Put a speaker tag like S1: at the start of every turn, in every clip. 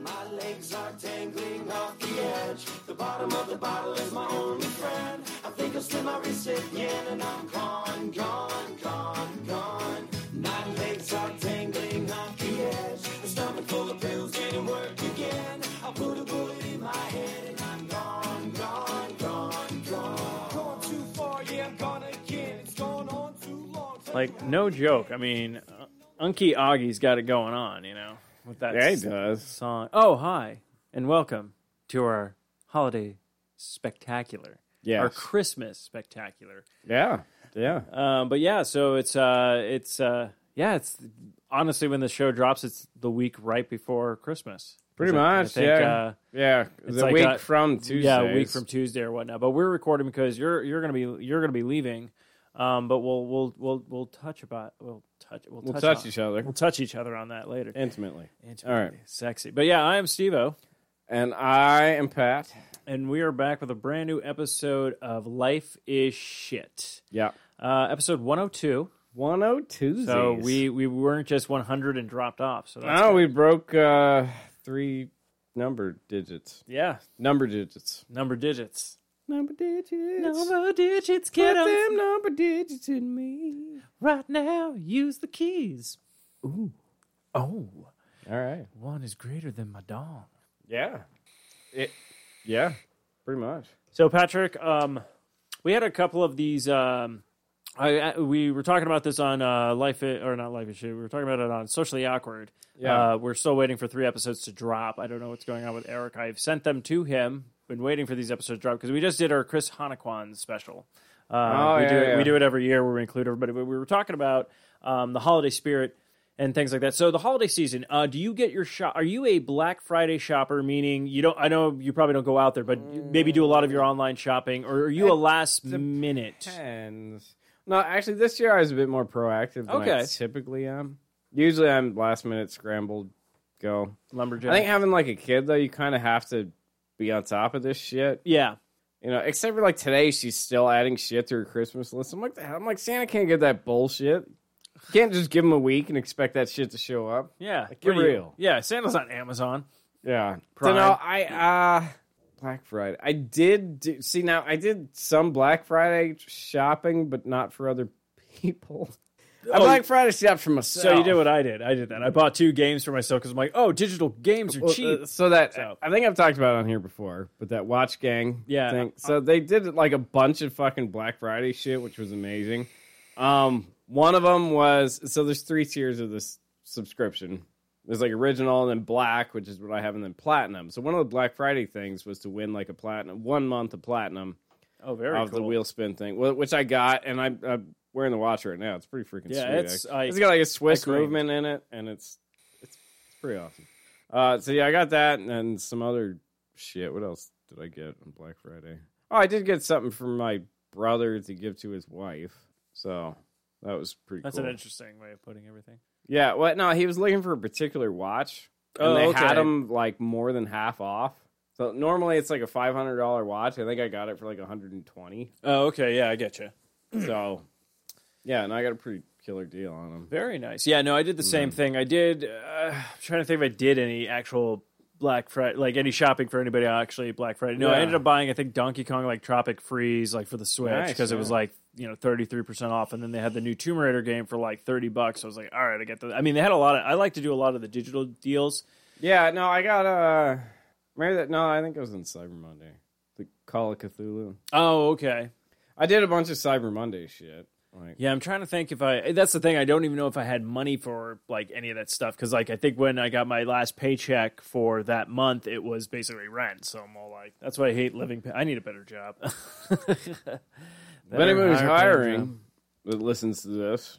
S1: My legs are dangling off the edge. The bottom of the bottle is my only friend. I think I'll slip my wrist again and I'm gone, gone, gone, gone. My legs are dangling off the edge. The stomach full of pills didn't work again. I put a bullet in my head and I'm gone, gone, gone, gone. Gone too far, yeah, I'm gone again. It's gone on too long.
S2: Like no joke. I mean, uh, Unky Augie's got it going on, you know, with that
S3: Yeah, he
S2: s-
S3: does.
S2: song. Oh, hi, and welcome to our holiday spectacular.
S3: Yes.
S2: Our Christmas spectacular.
S3: Yeah, yeah.
S2: Um, but yeah, so it's uh, it's uh, yeah, it's honestly when the show drops, it's the week right before Christmas.
S3: Pretty
S2: Is it- I
S3: much,
S2: think,
S3: yeah.
S2: Uh,
S3: Yeah, the
S2: like
S3: week
S2: a-
S3: from Tuesday.
S2: Yeah, a week from Tuesday or whatnot. But we're recording because you're you're gonna be you're gonna be leaving. Um, but we'll we'll we'll we'll touch about we'll touch we'll,
S3: We'll
S2: touch,
S3: touch
S2: on-
S3: each other.
S2: We'll touch each other on that later.
S3: intimately.
S2: All
S3: right.
S2: sexy. But yeah, I am Stevo,
S3: And I am Pat.
S2: and we are back with a brand new episode of Life Is Shit.
S3: Yeah,
S2: Uh, episode 102.
S3: one oh two.
S2: So we we weren't just 100 and dropped off. So that's
S3: no,
S2: good.
S3: we broke uh, three number digits.
S2: yeah,
S3: Number digits.
S2: number digits.
S3: Number digits.
S2: digits,
S3: Put them number digits in me.
S2: right now. Use the keys. Ooh, oh.
S3: All right.
S2: one is greater than my dog.
S3: Yeah. It. Yeah. Pretty much.
S2: So Patrick, um, we had a couple of these. Um, I, I we were talking about this on uh, life I- or not life issue. We were talking about it on socially awkward.
S3: Yeah.
S2: uh, we're still waiting for three episodes to drop. I don't know what's going on with Eric. I've sent them to him. Been waiting for these episodes to drop because we just did our Chris Hanekwan special. Uh,
S3: Oh,
S2: we
S3: yeah,
S2: do it,
S3: yeah.
S2: we do it every year where we include everybody. But we were talking about um, the holiday spirit and things like that. So the holiday season, uh, do you get your shop? Are you a Black Friday shopper? Meaning you don't? I know you probably don't go out there, but you maybe do a lot of your online shopping, or are you a last minute?
S3: Tens. No, actually, this year I was a bit more proactive than I
S2: Okay.
S3: typically am. Usually, I'm last minute scrambled. Go.
S2: lumberjack?
S3: I think having like a kid though, you kind of have to be on top of this shit.
S2: yeah,
S3: You know, except for like today, she's still adding shit to her Christmas list. I'm like, the hell? I'm like, Santa can't get that bullshit. You can't just give him a week and expect that shit to show up.
S2: yeah,
S3: get
S2: What do you-
S3: real.
S2: Yeah, Santa's on Amazon.
S3: Yeah.
S2: Prime.
S3: So now I uh Black Friday. I did do, see now I did some Black Friday shopping, but not for other people. I Black Friday shopped for myself.
S2: Oh, So you did what I did. I did that. I bought two games for myself because I'm like, oh, digital games are
S3: Well,
S2: cheap.
S3: uh, so that
S2: So-
S3: I think I've talked about it on here before, but that Watch Gang
S2: Yeah. uh,
S3: thing. So they did like a bunch of fucking Black Friday shit, which was amazing. Um, one of them was so there's three tiers of this subscription. There's like original and then black, which is what I have, and then platinum. So one of the Black Friday things was to win like a platinum, one month of platinum
S2: oh, very
S3: of
S2: cool.
S3: the wheel spin thing, wh- which I got, and I, I'm wearing the watch right now. It's pretty freaking
S2: Yeah,
S3: sweet.
S2: it's-
S3: actually.
S2: I-
S3: it's got like a Swiss
S2: agree.
S3: movement in it, and it's it's pretty awesome. Uh, so yeah, I got that, and then some other shit. What else did I get on Black Friday? Oh, I did get something from my brother to give to his wife. So that was pretty.
S2: That's
S3: cool.
S2: an interesting way of putting everything.
S3: Yeah, well, no, he was looking for a particular watch, and
S2: Oh,
S3: they
S2: okay.
S3: had them like more than half off. So normally it's like a five hundred dollar watch. I think I got it for like one hundred and twenty.
S2: Oh, okay. Yeah, I get you.
S3: So, yeah, and I got a pretty killer deal on them.
S2: Very nice. Yeah, no, I
S3: Mm-hmm.
S2: did the same thing. I did. Uh, I'm trying to think if I did any actual Black Friday, like any shopping for anybody actually Black Friday. No, I
S3: Yeah.
S2: ended up buying I think Donkey Kong like Tropic Freeze like for the Switch
S3: Nice,
S2: because it was
S3: yeah.
S2: like you know 33 percent off, and then they had the new Tomb Raider game for like 30 bucks. So I was like, all right, I get the. I mean, they had a lot of. I like to do a lot of the digital deals.
S3: Yeah, no, I got uh, maybe that. No, I think it was on Cyber Monday. The Call of Cthulhu.
S2: Oh, okay.
S3: I did a bunch of Cyber Monday shit. Like,
S2: Yeah, I'm trying to think if I. eh, That's the thing. I don't even know if I had money for like any of that stuff because like I think when I got my last paycheck for that month, it was basically rent. So I'm all like, that's why I hate living. pa- I need a better job.
S3: if anybody's
S2: hire
S3: hiring that listens to this,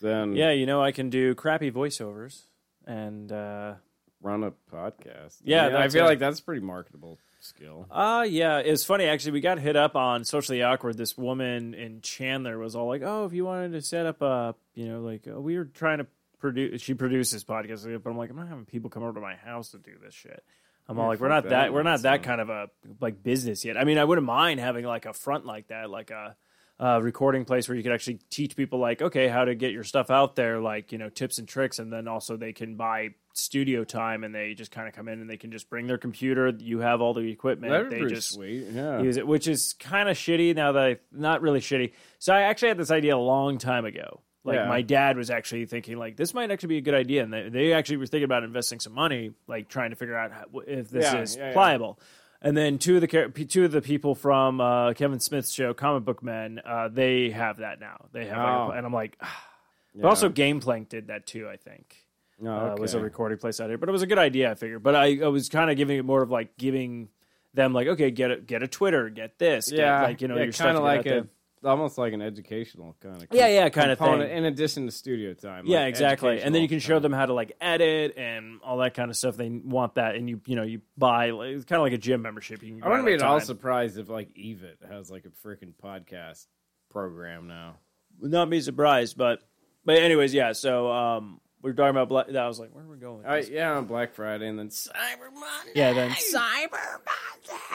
S3: then
S2: yeah, you know I can do crappy voiceovers and. uh
S3: run a podcast.
S2: Yeah,
S3: I, mean, I
S2: that's
S3: feel
S2: it.
S3: like that's a pretty marketable skill.
S2: Uh yeah, it's funny actually. We got hit up on socially awkward. This woman in Chandler was all like, "Oh, if you wanted to set up a, you know, like uh, we were trying to produce. She produces podcasts, but I'm like, I'm not having people come over to my house to do this shit. I'm all
S3: Yeah,
S2: like, we're
S3: fuck
S2: not
S3: that
S2: that, we're not
S3: nonsense.
S2: that kind of a like business yet. I mean, I wouldn't mind having like a front like that, like a uh, recording place where you could actually teach people like okay how to get your stuff out there like you know tips and tricks and then also they can buy studio time and they just kind of come in and they can just bring their computer you have all the equipment
S3: That'd be
S2: they
S3: pretty
S2: just
S3: sweet. Yeah.
S2: use it, which is kind of shitty now that I not really shitty. So I actually had this idea a long time ago. Like
S3: Yeah.
S2: my dad was actually thinking like this might actually be a good idea, and they, they actually were thinking about investing some money, like trying to figure out how, if this
S3: Yeah,
S2: is
S3: yeah, yeah.
S2: pliable. And then two of the char- two of the people from uh, Kevin Smith's show, Comic Book Men, uh, they have that now. They have, like, a
S3: Oh.
S2: pl- and I'm like, ah.
S3: Yeah.
S2: but also Gameplank did that too. I think
S3: No,
S2: uh, was a
S3: okay.
S2: recording place out here. But it was a good idea, I figured. But I, I was kind of giving it more of like giving them like, okay, get a get a Twitter, get this,
S3: yeah,
S2: get, like you know,
S3: yeah,
S2: your stuff
S3: kind
S2: to
S3: of
S2: get out
S3: like a
S2: there.
S3: almost like an educational kind of
S2: Yeah, yeah, kinda thing.
S3: In addition to studio time,
S2: yeah,
S3: like
S2: exactly. And then you can show
S3: educational
S2: them how to like edit and all that kind of stuff. They want that, and you you know you buy like, it's kind of like a gym membership. You can
S3: time. I wouldn't
S2: buy,
S3: be
S2: like,
S3: at all
S2: time.
S3: surprised if like Evit has like a freaking podcast program now.
S2: Would not be surprised, but but anyways, yeah. So um, we are talking about Black. I was like, where are we going? with
S3: All right,
S2: this?
S3: yeah, on Black Friday and then Cyber Monday.
S2: yeah, then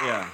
S3: Yeah,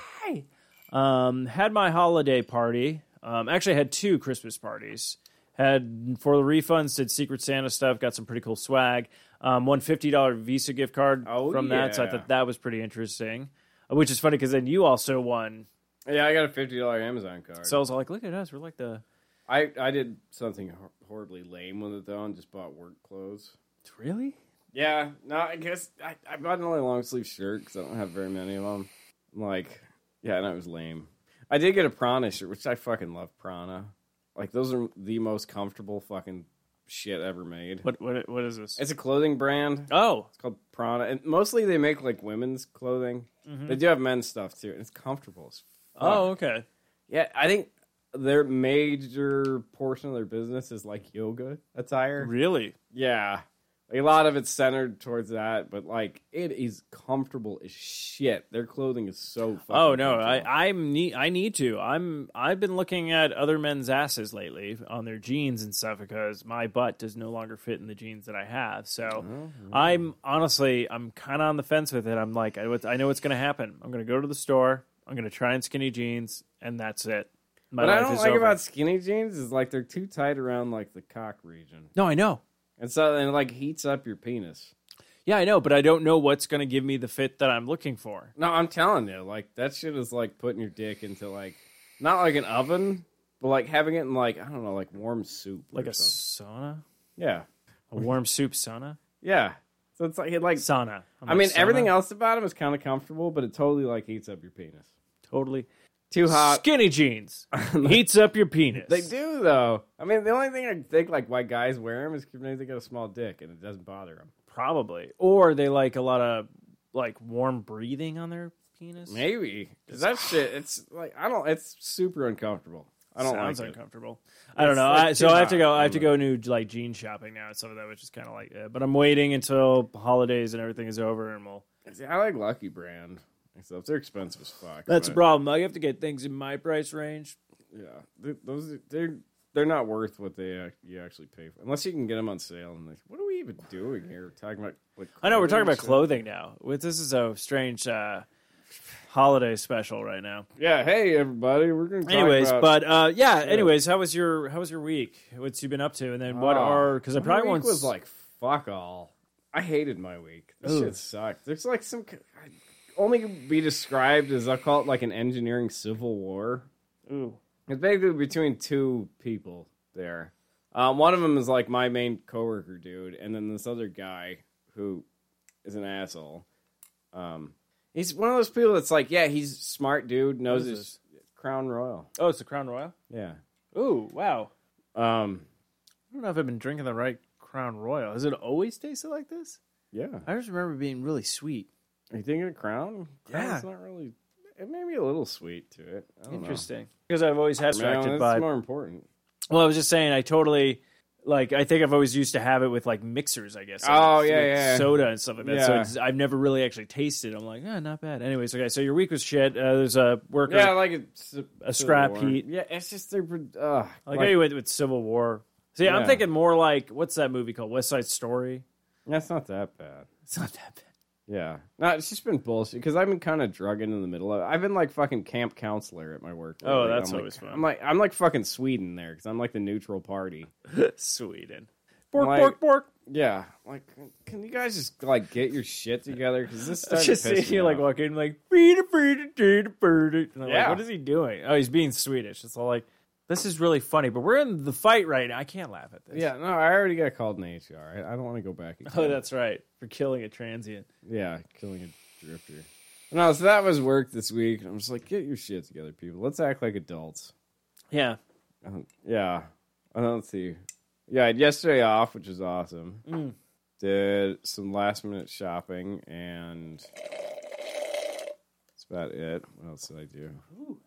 S2: Um, had my holiday party. Um, actually, had two Christmas parties. Had for the refunds, did Secret Santa stuff. Got some pretty cool swag. Um, one fifty dollar Visa gift card
S3: Oh,
S2: from that. So I
S3: yeah.
S2: thought that was pretty interesting. Uh, Which is funny because then you also won.
S3: yeah, I got a fifty dollar Amazon card.
S2: So I was like, look at us, we're like the
S3: I I did something hor- horribly lame with it though, and just bought work clothes.
S2: really.
S3: Yeah, no, I guess I, I bought an only long sleeve shirt because I don't have very many of them. I'm like, yeah, and it was lame. I did get a Prana shirt, which I fucking love Prana. Like those are the most comfortable fucking shit ever made.
S2: What what what is this?
S3: It's a clothing brand.
S2: oh,
S3: It's called Prana, and mostly they make like women's clothing.
S2: Mm-hmm.
S3: They do have men's stuff too, and it's comfortable. As fuck.
S2: oh okay.
S3: yeah, I think their major portion of their business is like yoga attire.
S2: Really?
S3: Yeah. Like, a lot of it's centered towards that, but like it is comfortable as shit. Their clothing is so fucking
S2: Oh no,
S3: comfortable.
S2: I I'm need I need to. I'm I've been looking at other men's asses lately on their jeans and stuff because my butt does no longer fit in the jeans that I have. So I'm honestly I'm kind of on the fence with it. I'm like I, I know what's going to happen. I'm going to go to the store. I'm going to try on skinny jeans, and that's it. My
S3: What I
S2: life
S3: don't
S2: is
S3: like
S2: over.
S3: about skinny jeans is like they're too tight around like the cock region.
S2: no, I know.
S3: And so and it like heats up your penis.
S2: Yeah, I know, but I don't know what's going to give me the fit that I'm looking for.
S3: No, I'm telling you, like that shit is like putting your dick into like not like an oven, but like having it in like I don't know, like warm soup.
S2: Like
S3: or
S2: a
S3: something.
S2: sauna,
S3: Yeah.
S2: a warm soup sauna,
S3: Yeah. So it's like it like
S2: sauna. I'm
S3: I
S2: like,
S3: mean
S2: sauna?
S3: everything else about him is kind of comfortable, but it totally like heats up your penis.
S2: totally.
S3: Too hot.
S2: Skinny jeans heats up your penis.
S3: They do though. I mean, the only thing I think like why guys wear them is because they got a small dick and it doesn't bother them.
S2: probably, or they like a lot of like warm breathing on their penis.
S3: Maybe 'Cause that shit. It's like I don't. It's super uncomfortable. I don't
S2: Sounds
S3: like it.
S2: uncomfortable. I don't know.
S3: like,
S2: I, so
S3: too
S2: I have to
S3: hot.
S2: go. I have to go new like jean shopping now and stuff like that, which is kind of like. Uh, but I'm waiting until holidays and everything is over, and we'll.
S3: See, I like Lucky Brand and stuff. They're expensive as fuck.
S2: That's a
S3: but,
S2: problem. I have to get things in my price range.
S3: yeah. Th- Those are- they're they're not worth what they ac- you actually pay for unless you can get them on sale. And like, what are we even doing here? We're talking about like
S2: I know we're talking
S3: clothing
S2: about
S3: and shit?
S2: clothing now. With this is a strange uh, holiday special right now.
S3: Yeah. Hey everybody, we're gonna. Talk
S2: anyways
S3: about-
S2: but uh yeah anyways how was your how was your week what's you been up to and then what
S3: Oh,
S2: are because i
S3: my
S2: probably
S3: week
S2: once
S3: was like fuck all. I hated my week. This
S2: Ooh.
S3: shit sucked. There's like some only can be described as I call it like an engineering civil war.
S2: ooh
S3: It's basically between two people there. Um, one of them is like my main coworker dude, and then this other guy who is an asshole. Um, he's one of those people that's like, yeah, he's a smart dude, knows
S2: is
S3: his crown royal.
S2: oh it's the crown royal
S3: Yeah.
S2: ooh wow
S3: Um,
S2: i don't know if i've been drinking the right crown royal has it always tasted like this
S3: yeah.
S2: i just remember being really sweet
S3: Are you thinking of Crown? Crown's
S2: Yeah.
S3: not really. It may be a little sweet to it. I don't
S2: interesting because i've always had
S3: Know. Man,
S2: attracted
S3: that's
S2: by
S3: more important.
S2: well i was just saying i totally like I think I've always used to have it with like mixers, I guess. like,
S3: Oh,
S2: with
S3: yeah, yeah.
S2: soda and stuff like that. So
S3: Yeah.
S2: it's, I've never really actually tasted. it. I'm like, eh, not bad. Anyways, okay. So your week was shit. Uh, there's a worker.
S3: Yeah, like it's
S2: A scrap heat.
S3: Yeah, it's just they're uh,
S2: Like,
S3: like,
S2: anyway, with, with Civil War. See, I'm
S3: Yeah.
S2: thinking more like what's that movie called? West Side Story.
S3: that's not that bad.
S2: It's not that bad.
S3: Yeah. No, it's just been bullshit because I've been kind of drugging in the middle of it. I've been like fucking camp counselor at my work.
S2: Oh,
S3: lately.
S2: that's
S3: I'm like-
S2: always fun.
S3: I'm like, I'm like fucking Sweden there because I'm like the neutral party.
S2: Sweden.
S3: Bork,
S2: Bork,
S3: bork,
S2: bork, bork.
S3: Yeah. Like, can you guys just like get your shit together? Because this
S2: It's
S3: is
S2: just
S3: to piss
S2: seeing you
S3: me
S2: like
S3: off.
S2: walking like "Beada, beada, dada, beada." And I'm
S3: Yeah.
S2: like, what is he doing? Oh, he's being Swedish. It's all like this is really funny, but we're in the fight right now. I can't laugh at this.
S3: Yeah. No, I already got called an HR. I, I don't want to go back. Again.
S2: Oh, that's right. For killing a transient.
S3: Yeah, killing a drifter. No, so that was work this week. I'm just like, get your shit together, people. Let's act like adults.
S2: Yeah.
S3: I don't- Uh-huh. yeah, I don't see. Yeah, I had yesterday off, which was awesome.
S2: Mm.
S3: Did some last minute shopping, and that's about it. What else did I do? All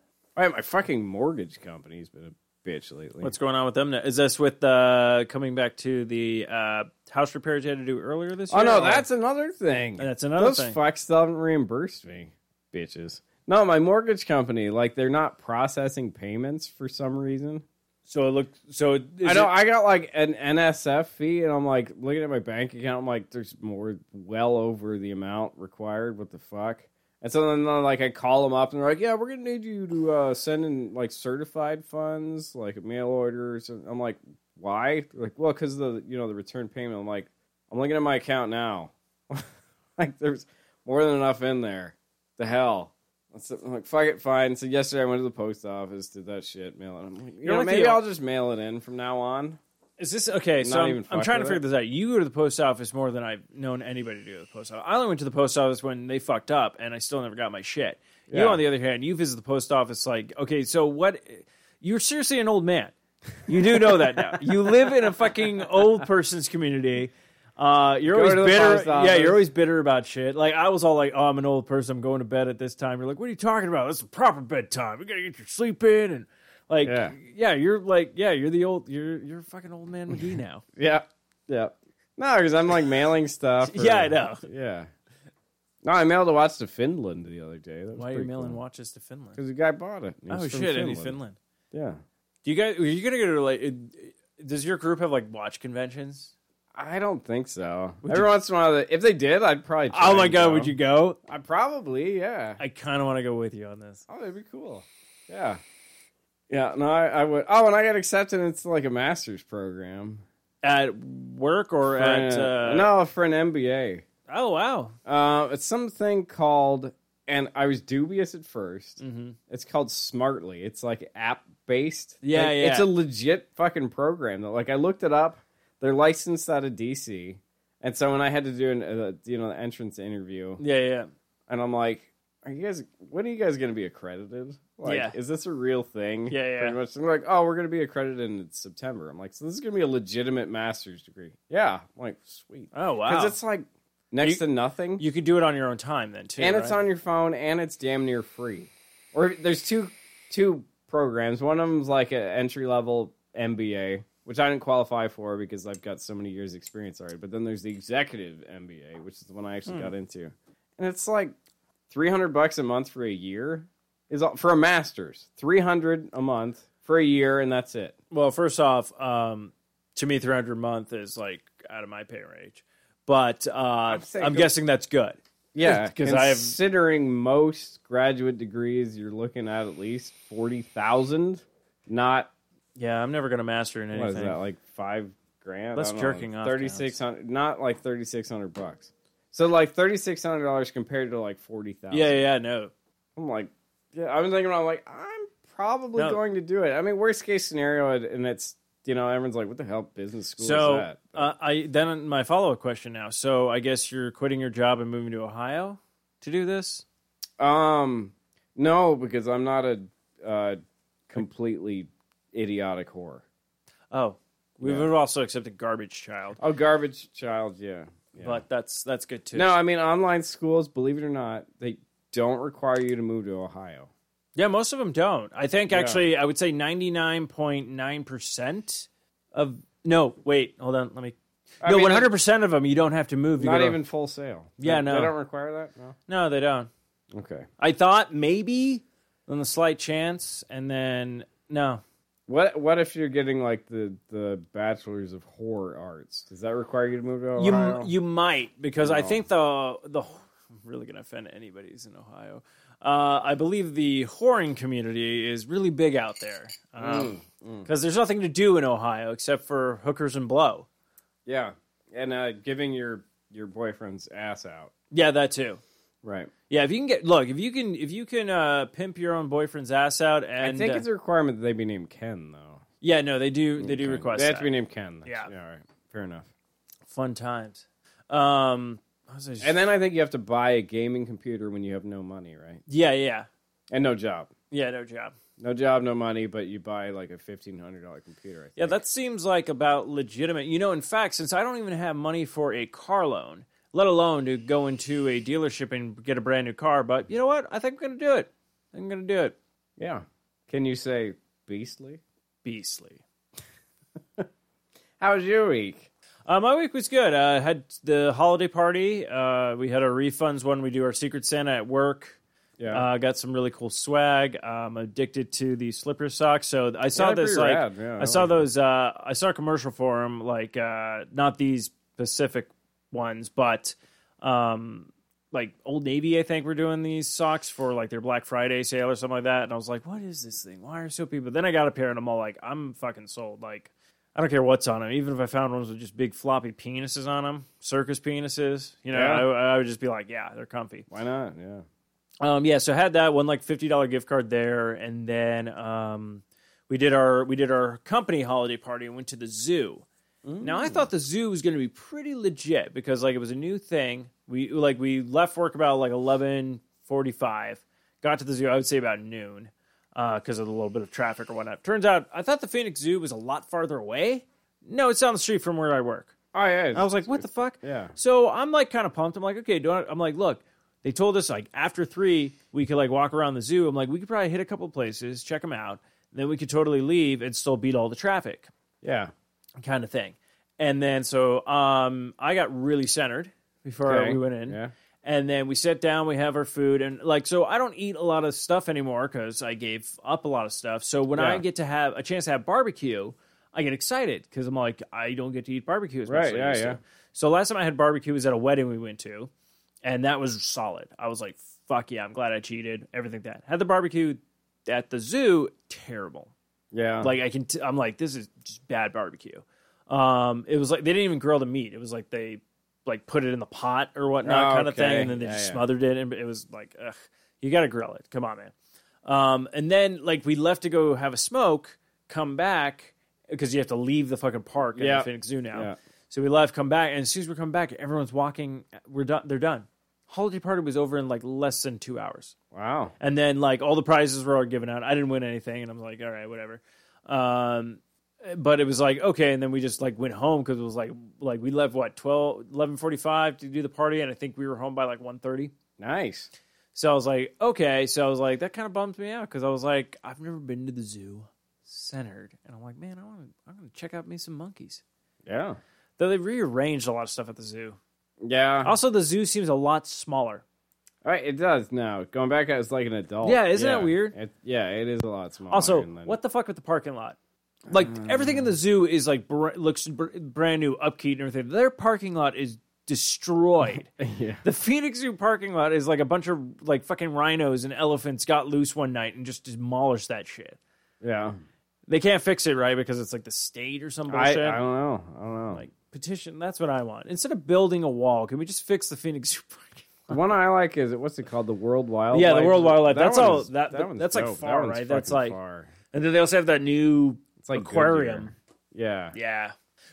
S3: right, my fucking mortgage company's been a bitch lately.
S2: What's going on with them now? Is this with uh, coming back to the uh, house repairs you had to do earlier this
S3: Oh
S2: year?
S3: no,
S2: or-
S3: that's another thing.
S2: That's another
S3: Those
S2: thing.
S3: fucks still haven't reimbursed me, bitches. No, my mortgage company, like they're not processing payments for some reason.
S2: so. It looked so. Is
S3: I know
S2: It,
S3: I got like an NSF fee, and I'm like looking at my bank account. I'm like, there's more, well over the amount required. What the fuck? And so then uh, like I call them up, and they're like, yeah, we're gonna need you to uh, send in like certified funds, like mail orders. And I'm like, why? They're like, well, because the you know the return payment. I'm like, I'm looking at my account now. like there's more than enough in there. The hell. That's- I'm like, fuck it, fine. So yesterday I went to the post office, did that shit, mail it. I'm like, you
S2: You're
S3: know,
S2: like
S3: maybe
S2: the-
S3: I'll just mail it in from now on.
S2: is this okay? So
S3: Not
S2: I'm,
S3: even
S2: I'm
S3: fuck
S2: trying to
S3: with
S2: figure
S3: it?
S2: this out. You go to the post office more than I've known anybody to go to the post office. I only went to the post office when they fucked up, and I still never got my shit.
S3: Yeah.
S2: You, on the other hand, you visit the post office like, okay, so what? You're seriously an old man. You do know that now. You live in a fucking old person's community. Uh, you're
S3: Go
S2: always
S3: to the
S2: bitter.
S3: post
S2: Yeah,
S3: office.
S2: you're always bitter about shit. Like I was all like, "Oh, I'm an old person. I'm going to bed at this time." You're like, "What are you talking about? That's the proper bedtime. You gotta get your sleep in." And like,
S3: Yeah.
S2: yeah, you're like, yeah, you're the old, you're you're fucking old man McGee now.
S3: Yeah. Yeah. No, because I'm like mailing stuff. or-
S2: Yeah, I know.
S3: Yeah. No, I mailed a watch to Finland the other day.
S2: Why are you mailing watches to Finland?
S3: Because the guy bought it. and he was
S2: Oh
S3: from
S2: shit, Any Finland?
S3: Yeah.
S2: Do you guys? Are you gonna go to like? it- Does your group have like watch conventions?
S3: I don't think so. Every once in a while, they- if they did, I'd probably. try
S2: Oh my
S3: and
S2: god,
S3: go.
S2: would you go?
S3: I probably, yeah.
S2: I kind of want to go with you on this.
S3: Oh, that'd be cool. Yeah. Yeah, no, I, I would. Oh, and I got accepted into like a master's program.
S2: At work or
S3: For
S2: at?
S3: an-
S2: Uh,
S3: no, for an MBA.
S2: Oh wow.
S3: Uh, it's something called, and I was dubious at 1st
S2: Mm-hmm.
S3: It's called Smartly. It's like app based.
S2: Yeah,
S3: Like,
S2: yeah.
S3: It's a legit fucking program. That like I looked it up. They're licensed out of DC, and so when I had to do an uh, you know the entrance interview,
S2: Yeah, yeah. yeah.
S3: and I'm like, are you guys? When are you guys going to be accredited? Like,
S2: Yeah.
S3: is this a real thing?
S2: Yeah, yeah.
S3: Pretty much. They're like, oh, we're going to be accredited in September. I'm like, so this is going to be a legitimate master's degree. Yeah. I'm like, sweet.
S2: Oh wow.
S3: Because it's like next
S2: You-
S3: to nothing
S2: You could do it on your own time then too.
S3: and it's
S2: right?
S3: on your phone, and it's damn near free. Or if- there's two two programs. One of them's like an entry level MBA, which I didn't qualify for because I've got so many years experience already. But then there's the executive MBA, which is the one I actually
S2: Hmm.
S3: got into, and it's like three hundred bucks a month for a year is all, for a master's. Three hundred a month for a year, and that's it.
S2: Well, first off, um, to me, three hundred a month is like out of my pay range, but uh,
S3: saying
S2: I'm
S3: go-
S2: guessing that's good.
S3: Yeah,
S2: 'Cause I have-
S3: considering most graduate degrees, you're looking at at least forty thousand, not
S2: Yeah, I'm never gonna master in
S3: What is
S2: anything.
S3: that like five grand?
S2: That's jerking off
S3: Thirty six hundred, not like thirty six hundred bucks. So like thirty six hundred dollars compared to like forty thousand.
S2: yeah, yeah, yeah, no.
S3: I'm like, yeah. I was thinking, about, I'm like, I'm probably
S2: No.
S3: going to do it. I mean, worst case scenario, and- and it's you know everyone's like, what the hell business school is
S2: So
S3: that?
S2: uh, I then my follow up question now. So I guess you're quitting your job and moving to Ohio to do this.
S3: Um, no, because I'm not a uh, completely idiotic whore.
S2: Oh, we
S3: Yeah.
S2: would also accept a garbage child,
S3: Oh, garbage child. Yeah, yeah.
S2: but that's that's good too.
S3: no, I mean online schools. Believe it or not, they don't require you to move to Ohio.
S2: Yeah, most of them don't. I think
S3: Yeah.
S2: actually, I would say ninety nine point nine percent of no. Wait, hold on. Let me.
S3: I
S2: no,
S3: mean,
S2: one hundred percent of them you don't have to move. You
S3: Not
S2: go to-
S3: even full sale.
S2: Yeah,
S3: They-
S2: no.
S3: They don't require that. No.
S2: No, they don't.
S3: Okay.
S2: I thought maybe on the slight chance, and then no.
S3: What What if you're getting like the the bachelor's of horror arts? Does that require you to move to
S2: You
S3: Ohio?
S2: you might because I
S3: No.
S2: think the the I'm really going to offend anybody who's in Ohio. Uh, I believe the whoring community is really big out there because
S3: Mm,
S2: there's nothing to do in Ohio except for hookers and blow.
S3: Yeah, and uh, giving your your boyfriend's ass out.
S2: Yeah, that too.
S3: Right.
S2: Yeah, if you can get look, if you can, if you can uh, pimp your own boyfriend's ass out, and
S3: I think
S2: uh,
S3: it's a requirement that they be named Ken, though.
S2: yeah, no, they do, they do
S3: Okay.
S2: request
S3: They have
S2: that.
S3: to be named Ken.
S2: Yeah.
S3: All right. Fair enough.
S2: Fun times. Um, what was I just-
S3: And then I think you have to buy a gaming computer when you have no money, right?
S2: yeah, yeah,
S3: And no job.
S2: yeah, no job.
S3: No job, no money, but you buy like a fifteen hundred dollar computer. I think.
S2: Yeah, that seems like about legitimate. You know, in fact, since I don't even have money for a car loan, let alone to go into a dealership and get a brand new car, but you know what? I think I'm going to do it. I'm going to do it.
S3: yeah. Can you say beastly?
S2: Beastly.
S3: How was your week?
S2: Uh, my week was good. I had the holiday party. Uh, we had our refunds when we do our Secret Santa at work.
S3: Yeah.
S2: Uh, got some really cool swag. I'm addicted to the slipper socks. So th- I saw
S3: they're
S2: this
S3: pretty
S2: like
S3: rad. Yeah, I
S2: I saw
S3: like them.
S2: those. Uh, I saw a commercial for them, like uh, not these Pacific ones, but um, like Old Navy. I think were doing these socks for like their Black Friday sale or something like that. And I was like, what is this thing? Why are so people? Then I got a pair, and I'm all like, I'm fucking sold. Like. I don't care what's on them. Even if I found ones with just big floppy penises on them, circus penises, you know,
S3: Yeah.
S2: I, I would just be like, yeah, they're comfy.
S3: Why not? Yeah.
S2: Um, yeah, so I had that one like fifty dollar gift card there, and then um, we did our we did our company holiday party and went to the zoo. Now I thought the zoo was going to be pretty legit because like it was a new thing. We like we left work about like eleven forty five, got to the zoo I would say about noon because of the little bit of traffic or whatnot. Turns out I thought the Phoenix Zoo was a lot farther away. No, it's down the street from where I work.
S3: Oh yeah.
S2: I was like, what the fuck?
S3: Yeah.
S2: So I'm like kind of pumped. I'm like, okay, do I, I'm like, look, they told us like after three we could like walk around the zoo. I'm like, we could probably hit a couple places, check them out, and then we could totally leave and still beat all the traffic
S3: Yeah.
S2: kind of thing. And then so um I got really centered before
S3: Okay.
S2: we went in.
S3: Yeah.
S2: And then we sat down, we have our food, and like so I don't eat a lot of stuff anymore because I gave up a lot of stuff. So when I
S3: Yeah.
S2: get to have a chance to have barbecue, I get excited because I'm like, I don't get to eat barbecue as much
S3: Right,
S2: as I
S3: yeah,
S2: used to.
S3: yeah.
S2: So last time I had barbecue was at a wedding we went to, and that was solid. I was like, fuck yeah, I'm glad I cheated. Everything that had the barbecue at the zoo, terrible
S3: Yeah.
S2: like I can, t- I'm like, this is just bad barbecue. Um, it was like they didn't even grill the meat. It was like they like put it in the pot or whatnot,
S3: Oh,
S2: kind of thing,
S3: okay.
S2: and then they
S3: Yeah,
S2: just
S3: yeah.
S2: smothered it, and it was like, ugh, you got to grill it. Come on, man. Um, and then like we left to go have a smoke, come back because you have to leave the fucking park at
S3: Yeah.
S2: the Phoenix Zoo now.
S3: Yeah.
S2: So we left, come back, and as soon as we come back, everyone's walking. We're done. They're done. Holiday party was over in like less than two hours.
S3: wow.
S2: And then like all the prizes were all given out. I didn't win anything, and I'm like, all right, whatever. Um, but it was like okay, and then we just like went home because it was like like we left what 12, 11.45 to do the party, and I think we were home by like 1.30.
S3: Nice.
S2: So I was like, okay. So I was like, that kind of bummed me out because I was like, I've never been to the zoo centered, and I'm like, man, I want to I'm gonna check out me some monkeys.
S3: Yeah.
S2: Though they rearranged a lot of stuff at the zoo.
S3: Yeah.
S2: Also, the zoo seems a lot smaller.
S3: All right, it does now. Going back as like an adult.
S2: Yeah, isn't that weird?
S3: It, yeah, it is a lot smaller.
S2: Also,
S3: and then-
S2: what the fuck with the parking lot? Like everything in the zoo is like br- looks br- brand new, upkeep and everything. Their parking lot is destroyed.
S3: Yeah.
S2: The Phoenix Zoo parking lot is like a bunch of like fucking rhinos and elephants got loose one night and just demolished that shit.
S3: Yeah.
S2: They can't fix it right because it's like the state or some
S3: I, I
S2: bullshit.
S3: don't know. I don't know.
S2: like petition. That's what I want. Instead of building a wall, can we just fix the Phoenix Zoo parking?
S3: the one I like is what's it called? The World Wildlife.
S2: Yeah, the World Wildlife. That's
S3: one
S2: all-
S3: is-
S2: that-
S3: one's
S2: that's, like,
S3: dope.
S2: far,
S3: one's
S2: right? That's, like-
S3: fucking far.
S2: And then they also have that new
S3: It's like
S2: aquarium.
S3: Goodyear. Yeah.
S2: Yeah.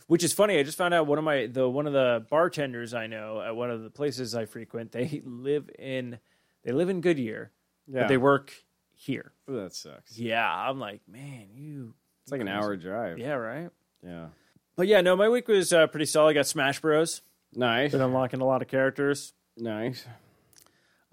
S2: Which is funny. I just found out one of my the one of the bartenders I know at one of the places I frequent. They live in they live in Goodyear,
S3: Yeah.
S2: but they work here.
S3: Ooh, that sucks.
S2: Yeah, I'm like, man, you.
S3: It's like an hour drive. Yeah.
S2: Yeah, right. But yeah, no, my week was uh, pretty solid. I got Smash Bros.
S3: Nice.
S2: Been unlocking a lot of characters.
S3: Nice.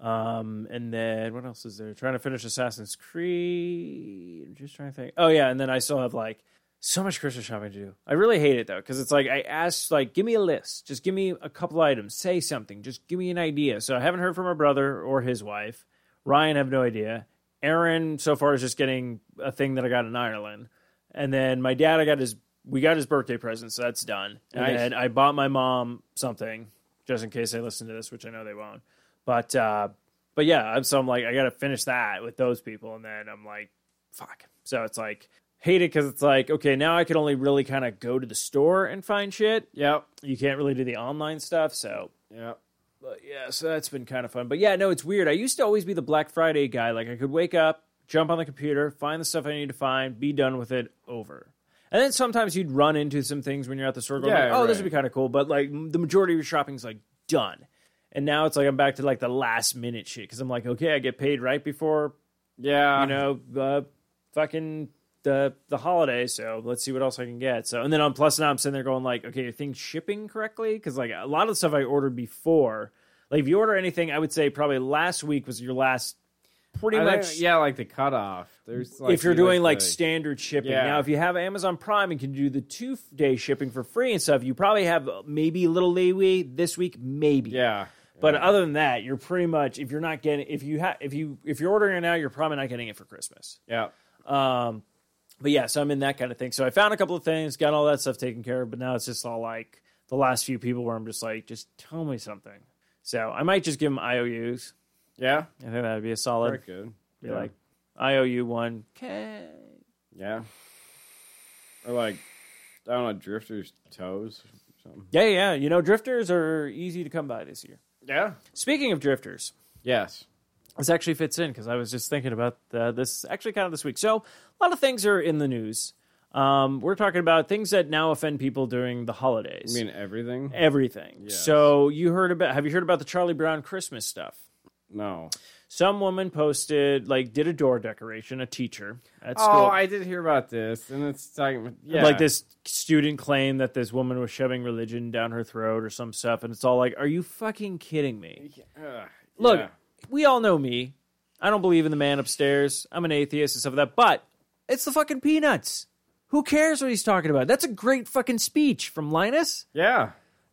S2: Um, and then what else is there? Trying to finish Assassin's Creed. I'm just trying to think. Oh yeah, and then I still have like so much Christmas shopping to do. I really hate it though because it's like I asked like give me a list, just give me a couple items, say something, just give me an idea. So I haven't heard from my brother or his wife. Ryan I have no idea. Aaron so far is just getting a thing that I got in Ireland, and then my dad I got his we got his birthday present, so that's done. And
S3: Nice.
S2: then I bought my mom something just in case they listen to this, which I know they won't. But uh, but yeah, I'm, so I'm like I gotta finish that with those people, and then I'm like, fuck. So it's like hate it because it's like okay, now I could only really kind of go to the store and find shit.
S3: Yep.
S2: You can't really do the online stuff, so
S3: Yep.
S2: but yeah, so that's been kind of fun. But yeah, no, it's weird. I used to always be the Black Friday guy. Like I could wake up, jump on the computer, find the stuff I need to find, be done with it, over. And then sometimes you'd run into some things when you're at the store going,
S3: Yeah,
S2: like, "Oh, this
S3: right.
S2: would be kind of cool," but like m- the majority of your shopping's like done. And now it's like I'm back to like the last minute shit because I'm like, okay, I get paid right before
S3: Yeah.
S2: you know the fucking the the holiday so let's see what else i can get so and then on plus now i'm sitting there going like okay are things shipping correctly because like a lot of the stuff i ordered before like if you order anything i would say probably last week was your last pretty
S3: I
S2: much
S3: think- yeah, like the cutoff. There's like
S2: if you're
S3: the-
S2: doing like
S3: the-
S2: standard shipping
S3: Yeah.
S2: now if you have amazon prime and can do the two day shipping for free and stuff you probably have maybe a little leeway this week maybe
S3: yeah,
S2: but other than that you're pretty much if you're not getting if you have if you if you're ordering it now you're probably not getting it for christmas
S3: yeah,
S2: um, but yeah, so I'm in that kind of thing. So I found a couple of things, got all that stuff taken care of, but now it's just all like the last few people where I'm just like, just tell me something. So I might just give them IOUs.
S3: yeah.
S2: I think that'd be a
S3: Very
S2: solid.
S3: good.
S2: Be
S3: yeah.
S2: like IOU one K.
S3: yeah, or like I don't know, drifters toes or something.
S2: Yeah, yeah. You know, drifters are easy to come by this year.
S3: Yeah.
S2: Speaking of drifters,
S3: Yes.
S2: this actually fits in because I was just thinking about uh, this actually kind of this week. So a lot of things are in the news. Um, we're talking about things that now offend people during the holidays.
S3: I mean everything.
S2: Eh. everything.
S3: Yes.
S2: So you heard about? Have you heard about the Charlie Brown Christmas stuff?
S3: No.
S2: Some woman posted like did a door decoration, a teacher at school.
S3: Oh, I did hear about this, and it's talking. Yeah,
S2: Like this student claimed that this woman was shoving religion down her throat or some stuff, and it's all like, "Are you fucking kidding me?"
S3: Ugh,
S2: Look,
S3: yeah.
S2: we all know me. I don't believe in the man upstairs. I'm an atheist and stuff like that. But it's the fucking peanuts. Who cares what he's talking about? That's a great fucking speech from Linus.
S3: yeah.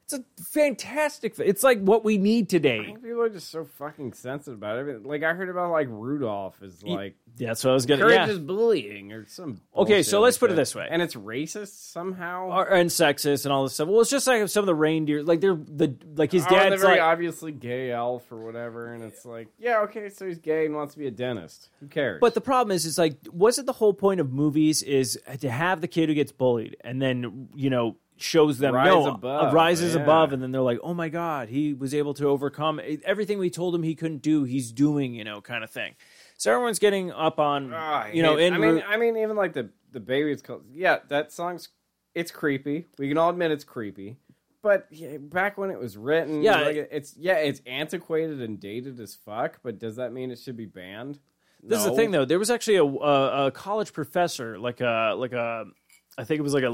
S2: It's a fantastic. It's like what we need today.
S3: People are just so fucking sensitive about everything. Like I heard about like Rudolph is like
S2: That's what I was gonna.
S3: courage
S2: Yeah.
S3: is bullying or some.
S2: Okay, so
S3: bullshit
S2: let's
S3: like
S2: put it
S3: that.
S2: this way.
S3: and it's racist somehow.
S2: Or- and sexist and all this stuff. Well, it's just like some of the reindeer, like they're the like his
S3: Oh, and
S2: dad's
S3: the very
S2: like
S3: obviously gay elf or whatever, and it's like, yeah, okay, so he's gay and wants to be a dentist. Who cares?
S2: But the problem is, it's like, wasn't the whole point of movies is to have the kid who gets bullied and then you know shows them
S3: Rise
S2: no uh,
S3: above,
S2: rises
S3: yeah.
S2: above, and then they're like, oh my god, he was able to overcome e-" everything we told him he couldn't do. He's doing, you know, kind of thing. So everyone's getting up on
S3: Ah, I
S2: you know.
S3: hate-
S2: in
S3: I mean, I mean, even like the the baby's called. Yeah, that song's it's creepy. We can all admit it's creepy. But yeah, back when it was written,
S2: Yeah,
S3: like,
S2: it-
S3: it's yeah, it's antiquated and dated as fuck. But does that mean it should be banned?
S2: This is
S3: No.
S2: the thing, though. There was actually a, a, a college professor, like a like a, I think it was like a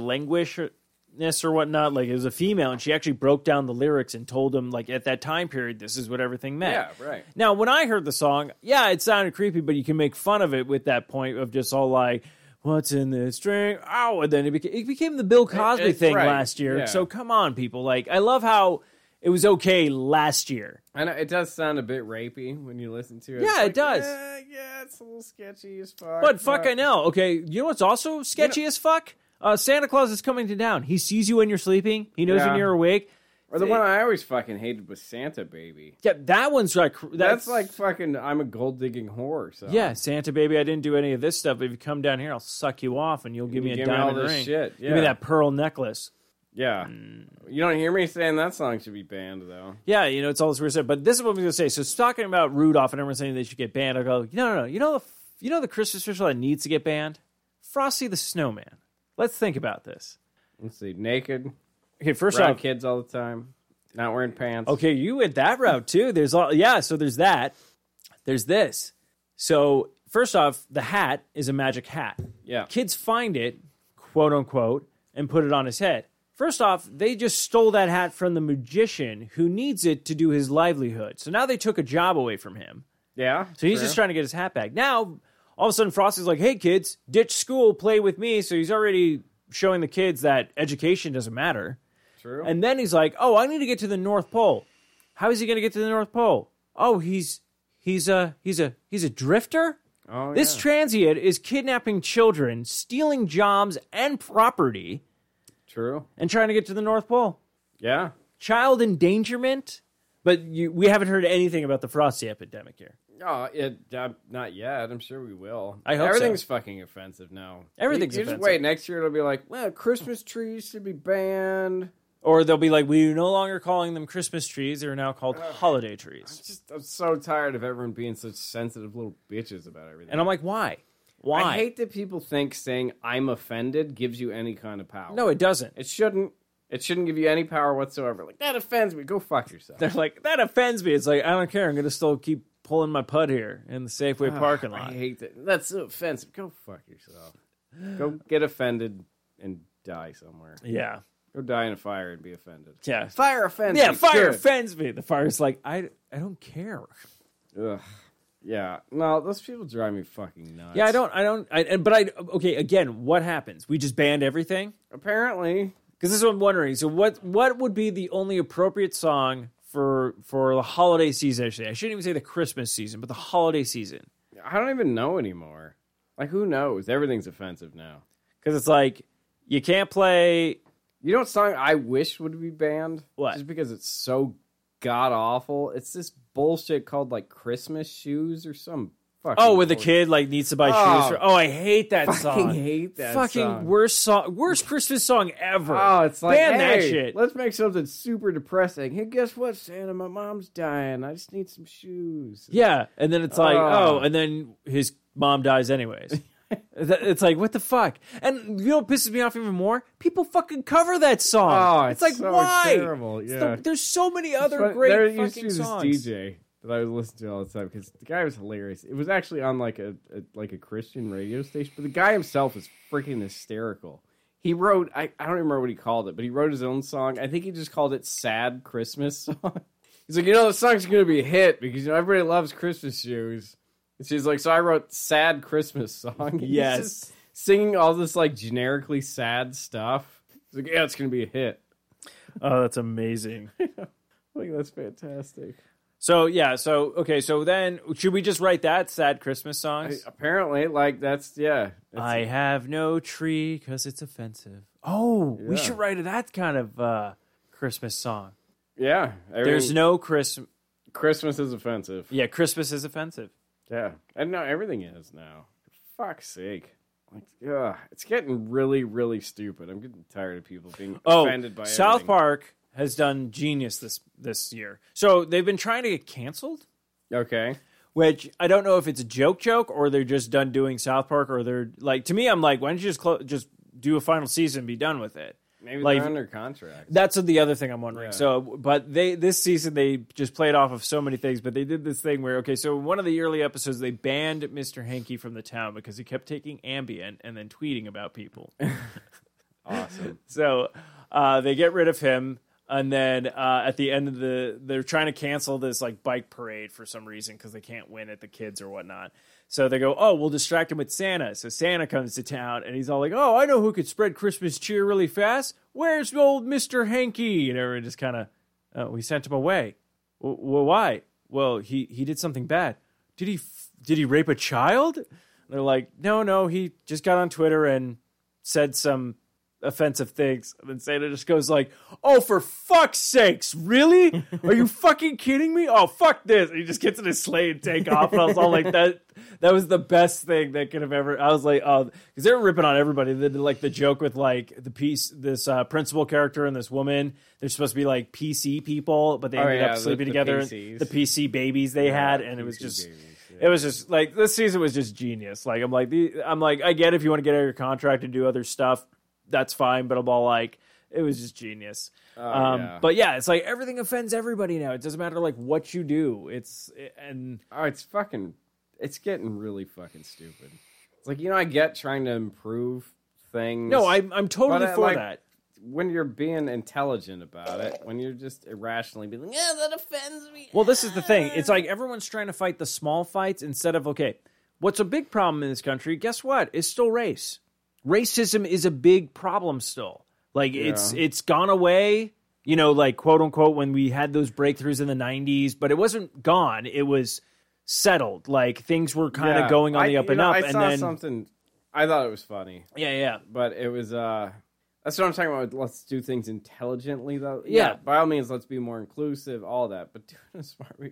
S2: languishness or whatnot. Like it was a female, and she actually broke down the lyrics and told him, like at that time period, this is what everything meant.
S3: Yeah, right.
S2: Now, when I heard the song, yeah, it sounded creepy, but you can make fun of it with that point of just all like, "What's in this drink?" Oh, and then it became, it became the Bill Cosby
S3: it-
S2: thing
S3: right,
S2: last year.
S3: yeah.
S2: So come on, people! Like I love how it was okay last year.
S3: I know it does sound a bit rapey when you listen to it.
S2: Yeah,
S3: It's
S2: it
S3: like,
S2: does.
S3: Yeah, yeah, it's a little sketchy as fuck.
S2: But fuck, I know. Okay, you know what's also sketchy as fuck? Uh, Santa Claus is coming to town. He sees you when you're sleeping. He knows when
S3: Yeah.
S2: you're awake.
S3: Or the one I always fucking hated was Santa Baby.
S2: Yeah, that one's like that's,
S3: That's, like fucking. I'm a gold digging whore. So
S2: yeah, Santa baby. I didn't do any of this stuff. But if you come down here, I'll suck you off, and you'll give me
S3: You
S2: a
S3: give me all
S2: diamond
S3: this
S2: ring.
S3: shit,
S2: Give me
S3: yeah.
S2: that pearl necklace.
S3: Yeah. You don't hear me saying that song should be banned though.
S2: Yeah, you know it's all this weird stuff. But this is what I'm going to say. So it's talking about Rudolph and everyone saying they should get banned. I go, no, no, no. You know the you know the Christmas ritual that needs to get banned. Frosty the Snowman. Let's think about this.
S3: Let's see. Naked,
S2: Okay, first
S3: around
S2: off,
S3: kids all the time, not wearing pants.
S2: Okay, you went that route too. There's all yeah, so there's that. There's this. So first off, the hat is a magic hat.
S3: Yeah.
S2: Kids find it, quote unquote, and put it on his head. First off, they just stole that hat from the magician who needs it to do his livelihood. So now they took a job away from him.
S3: Yeah.
S2: So he's just trying to get his hat back. Now, all of a sudden, Frosty's like, hey, kids, ditch school, play with me. So he's already showing the kids that education doesn't matter.
S3: True.
S2: And then he's like, "Oh, I need to get to the North Pole. How is he going to get to the North Pole? Oh, he's he's a he's a he's a drifter.
S3: oh,
S2: This
S3: yeah.
S2: transient is kidnapping children, stealing jobs and property,
S3: True.
S2: and trying to get to the North Pole.
S3: Yeah.
S2: Child endangerment. But you, we haven't heard anything about the Frosty epidemic here.
S3: Oh, it, uh, not yet. I'm sure we will.
S2: I hope so.
S3: everything's fucking offensive now.
S2: Everything's
S3: you, you
S2: offensive.
S3: Just wait, next year it'll be like, well, Christmas trees should be banned.
S2: Or they'll be like, we're no longer calling them Christmas trees; they're now called holiday trees.
S3: Just, I'm so tired of everyone being such sensitive little bitches about everything.
S2: And I'm like, why? Why?
S3: I hate that people think saying "I'm offended" gives you any kind of power.
S2: no, it doesn't.
S3: it shouldn't. It shouldn't give you any power whatsoever. Like that offends me. Go fuck yourself.
S2: They're like, that offends me. It's like I don't care. I'm gonna still keep pulling my putt here in the Safeway
S3: Ah,
S2: parking lot.
S3: I hate that. That's so offensive. Go fuck yourself. Go get offended and die somewhere.
S2: Yeah,
S3: Go die in a fire and be offended.
S2: yeah,
S3: Fire offends.
S2: yeah.
S3: me,
S2: Fire
S3: good.
S2: offends me. The fire's like, I, I don't care.
S3: Ugh. Yeah. No, those people drive me fucking nuts.
S2: Yeah, I don't, I don't. I, and- but I, okay. Again, what happens? We just banned everything.
S3: Apparently,
S2: Because this is what I'm wondering. So what what would be the only appropriate song for for the holiday season? Actually, I shouldn't even say the Christmas season, but the holiday season.
S3: I don't even know anymore. Like, who knows? Everything's offensive now.
S2: Because it's like you can't play.
S3: You know what song I wish would be banned?
S2: What?
S3: Just because it's so god awful. It's this bullshit called like Christmas shoes or some fucking.
S2: Oh, with a
S3: bullshit.
S2: kid like needs to buy
S3: Oh.
S2: shoes. For, oh, I hate that
S3: Fucking
S2: song.
S3: hate that
S2: Fucking
S3: song.
S2: worst song, worst Christmas song ever.
S3: Oh, it's like
S2: ban
S3: hey,
S2: that shit.
S3: Let's make something super depressing. Hey, guess what, Santa? My mom's dying. I just need some shoes.
S2: Yeah, and then it's like,
S3: Oh.
S2: oh, and then his mom dies anyways. Th- it's like, what the fuck? And you know, what pisses me off even more. People fucking cover that song.
S3: Oh, it's
S2: like,
S3: so
S2: why?
S3: terrible,
S2: It's
S3: yeah.
S2: there's so many
S3: It's
S2: other
S3: funny-
S2: great
S3: there used to
S2: fucking
S3: be this
S2: songs.
S3: DJ that I would listen to all the time because the guy was hilarious. It was actually on like a, a like a Christian radio station, but the guy himself is freaking hysterical. He wrote I, I don't remember what he called it, but he wrote his own song. I think he just called it "Sad Christmas Song." He's like, you know, the song's gonna be a hit because you know everybody loves Christmas shoes. And she's like, so I wrote "Sad Christmas Song." He's
S2: Yes.
S3: just singing all this like generically sad stuff. He's like, yeah, it's gonna be a hit.
S2: Oh, that's amazing.
S3: Like that's fantastic.
S2: so yeah, so okay, so then should we just write that sad Christmas
S3: I-
S2: songs?
S3: apparently, like that's yeah. It's-
S2: I, have no tree because it's offensive. Oh, we
S3: Yeah.
S2: should write that kind of uh, Christmas song.
S3: yeah. I
S2: There's
S3: mean,
S2: no Christmas.
S3: Christmas is offensive.
S2: Yeah, Christmas is offensive.
S3: Yeah, and no, everything is now. For fuck's sake. Like, ugh, it's getting really, really stupid. I'm getting tired of people being
S2: Oh,
S3: offended by
S2: South
S3: everything.
S2: Park has done genius this this year. So they've been trying to get canceled,
S3: Okay,
S2: which I don't know if it's a joke joke or they're just done doing South Park or they're like to me I'm like why don't you just clo- just do a final season and be done with it.
S3: maybe
S2: Like-
S3: they're under contract.
S2: That's the other thing I'm wondering.
S3: Yeah.
S2: So, but they this season they just played off of so many things, but they did this thing where okay, so one of the early episodes they banned Mr. Hankey from the town because he kept taking Ambien and then tweeting about people.
S3: Awesome.
S2: So uh, they get rid of him, and then uh, at the end of the, they're trying to cancel this like bike parade for some reason because they can't win at the kids or whatnot. So they go, oh, we'll distract him with Santa. So Santa comes to town, and he's all like, oh, I know who could spread Christmas cheer really fast. Where's old Mister Hanky? And everyone just kind of, uh, we sent him away. W- Well, why? Well, he he did something bad. Did he f- did he rape a child? And they're like, no, no, he just got on Twitter and said some offensive things. And then Santa just goes like, "Oh, for fuck's sakes, really? Are you fucking kidding me? Oh, fuck this!" And he just gets in his sleigh and take off. And I was all like, "That that was the best thing that could have ever." I was like, "Oh," because they were ripping on everybody. They did like the joke with like the piece, this uh, principal character and this woman. They're supposed to be like PC people, but they ended
S3: Oh, yeah,
S2: up
S3: the-
S2: sleeping
S3: the
S2: together.
S3: PCs.
S2: The PC babies they had, and it was
S3: PC
S2: just.
S3: babies,
S2: It was just like this season was just genius. Like I'm like the, I'm like I get if you want to get out of your contract and do other stuff, that's fine. But I'm all like it was just genius. um,
S3: Oh, yeah.
S2: But yeah, it's like everything offends everybody now. It doesn't matter like what you do. It's and
S3: Oh, it's fucking. It's getting really fucking stupid. It's like you know, I get trying to improve things.
S2: no, I'm I'm totally
S3: But I
S2: for
S3: like-
S2: that.
S3: when you're being intelligent about it, when you're just irrationally being like, yeah, that offends me.
S2: Well, this is the thing. It's like everyone's trying to fight the small fights instead of okay, what's a big problem in this country? Guess what? It's still race. Racism is a big problem still. Like it's
S3: Yeah.
S2: it's gone away, you know, like quote unquote when we had those breakthroughs in the 90s, but it wasn't gone. It was settled. Like things were kind of
S3: Yeah.
S2: going on
S3: I-
S2: the up
S3: you
S2: and
S3: know,
S2: up
S3: I
S2: and
S3: saw
S2: then
S3: something. I thought it was funny,
S2: yeah, yeah.
S3: but it was uh That's what I'm talking about. Let's do things intelligently, though.
S2: Yeah.
S3: by all means, let's be more inclusive, all that. But doing a smart. re-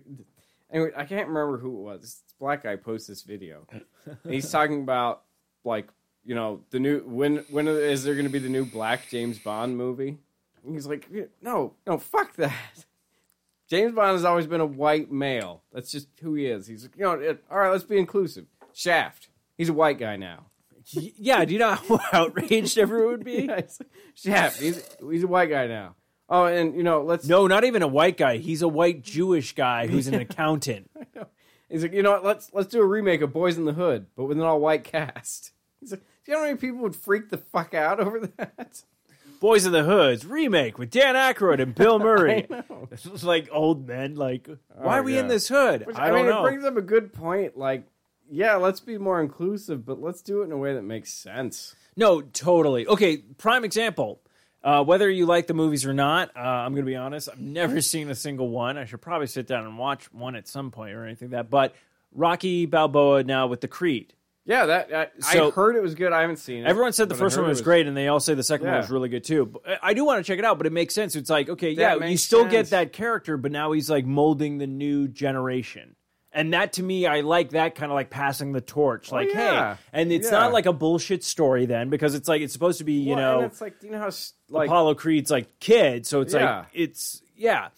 S3: Anyway, I can't remember who it was. This black guy posted this video. And he's talking about like you know the new when when is there going to be the new black James Bond movie? And he's like, no, no, fuck that. James Bond has always been a white male. That's just who he is. He's like, you know, it, all right, let's be inclusive. Shaft. He's a white guy now.
S2: Y- Yeah, do you know how outraged everyone would be?
S3: Yeah, he's- Shaft. He's he's a white guy now. Oh, and you know, let's.
S2: No, not even a white guy. He's a white Jewish guy who's an accountant.
S3: He's like, you know, what, let's let's do a remake of Boys in the Hood, but with an all white cast. He's like, do you know how many people would freak the fuck out over that?
S2: Boys of the Hoods remake with Dan Aykroyd and Bill Murray.
S3: I know. Oh,
S2: It's just like old men. Like, why are we in
S3: yeah.
S2: this hood?
S3: Which,
S2: I,
S3: I,
S2: don't
S3: mean,
S2: know.
S3: it brings up a good point. Like, yeah, let's be more inclusive, but let's do it in a way that makes sense.
S2: No, totally. Okay, prime example. Uh, whether you like the movies or not, uh, I'm going to be honest. I've never seen a single one. I should probably sit down and watch one at some point or anything like that. But Rocky Balboa now with the Creed.
S3: Yeah, that, that
S2: So-
S3: I heard it was good. I haven't seen it.
S2: Everyone said the
S3: but I
S2: first
S3: heard
S2: one
S3: it
S2: was, great, and they all say the second one
S3: Yeah.
S2: was really good too. But uh, I- I do want to check it out, but it makes sense. It's like okay,
S3: That
S2: yeah, you
S3: makes
S2: still get
S3: sense.
S2: that character, but now he's like molding the new generation. And that to me, I like that kind of like passing the torch. Like,
S3: Oh, yeah.
S2: hey, and it's
S3: Yeah.
S2: not like a bullshit story then, because it's like it's supposed to be, you
S3: Well,
S2: know,
S3: and it's like, do you know how s- like
S2: Apollo Creed's like kid, so it's
S3: Yeah.
S2: like it's yeah,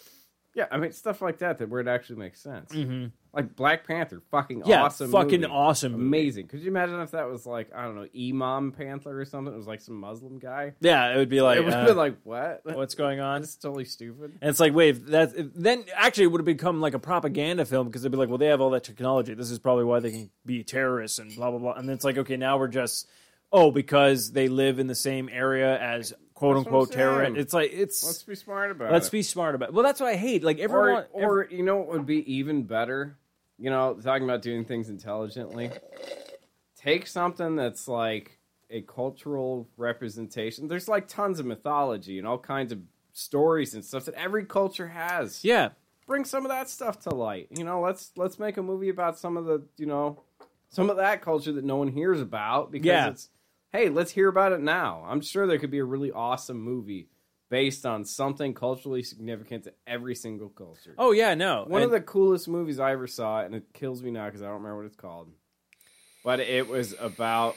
S3: yeah, I mean stuff like that that where it actually makes sense. Mm-hmm. Like Black Panther, fucking
S2: yeah,
S3: awesome,
S2: fucking
S3: movie.
S2: awesome, movie.
S3: amazing. Could you imagine if that was like I don't know, Imam Panther or something? It was like some Muslim guy.
S2: Yeah, it would be like,
S3: It would
S2: uh,
S3: have been like what?
S2: what's going on?
S3: That's totally stupid.
S2: And it's like, wait, that's then actually it would have become like a propaganda film because they'd be like, well, they have all that technology. This is probably why they can be terrorists and blah blah blah. And then it's like, okay, now we're just oh because they live in the same area as quote
S3: That's what I'm
S2: unquote terrorists.
S3: saying.
S2: It's like it's
S3: Let's
S2: let's,
S3: be smart about it.
S2: be smart about. It. Well, that's what I hate. Like everyone,
S3: or, or you know what would be even better you know talking about doing things intelligently take something that's like a cultural representation there's like tons of mythology and all kinds of stories and stuff that every culture has
S2: yeah,
S3: bring some of that stuff to light you know let's let's make a movie about some of the you know some of that culture that no one hears about because
S2: Yeah.
S3: it's hey let's hear about it now i'm sure there could be a really awesome movie based on something culturally significant to every single culture
S2: oh yeah, no,
S3: one of
S2: And-
S3: the coolest movies I ever saw, and it kills me now because I don't remember what it's called. But it was about,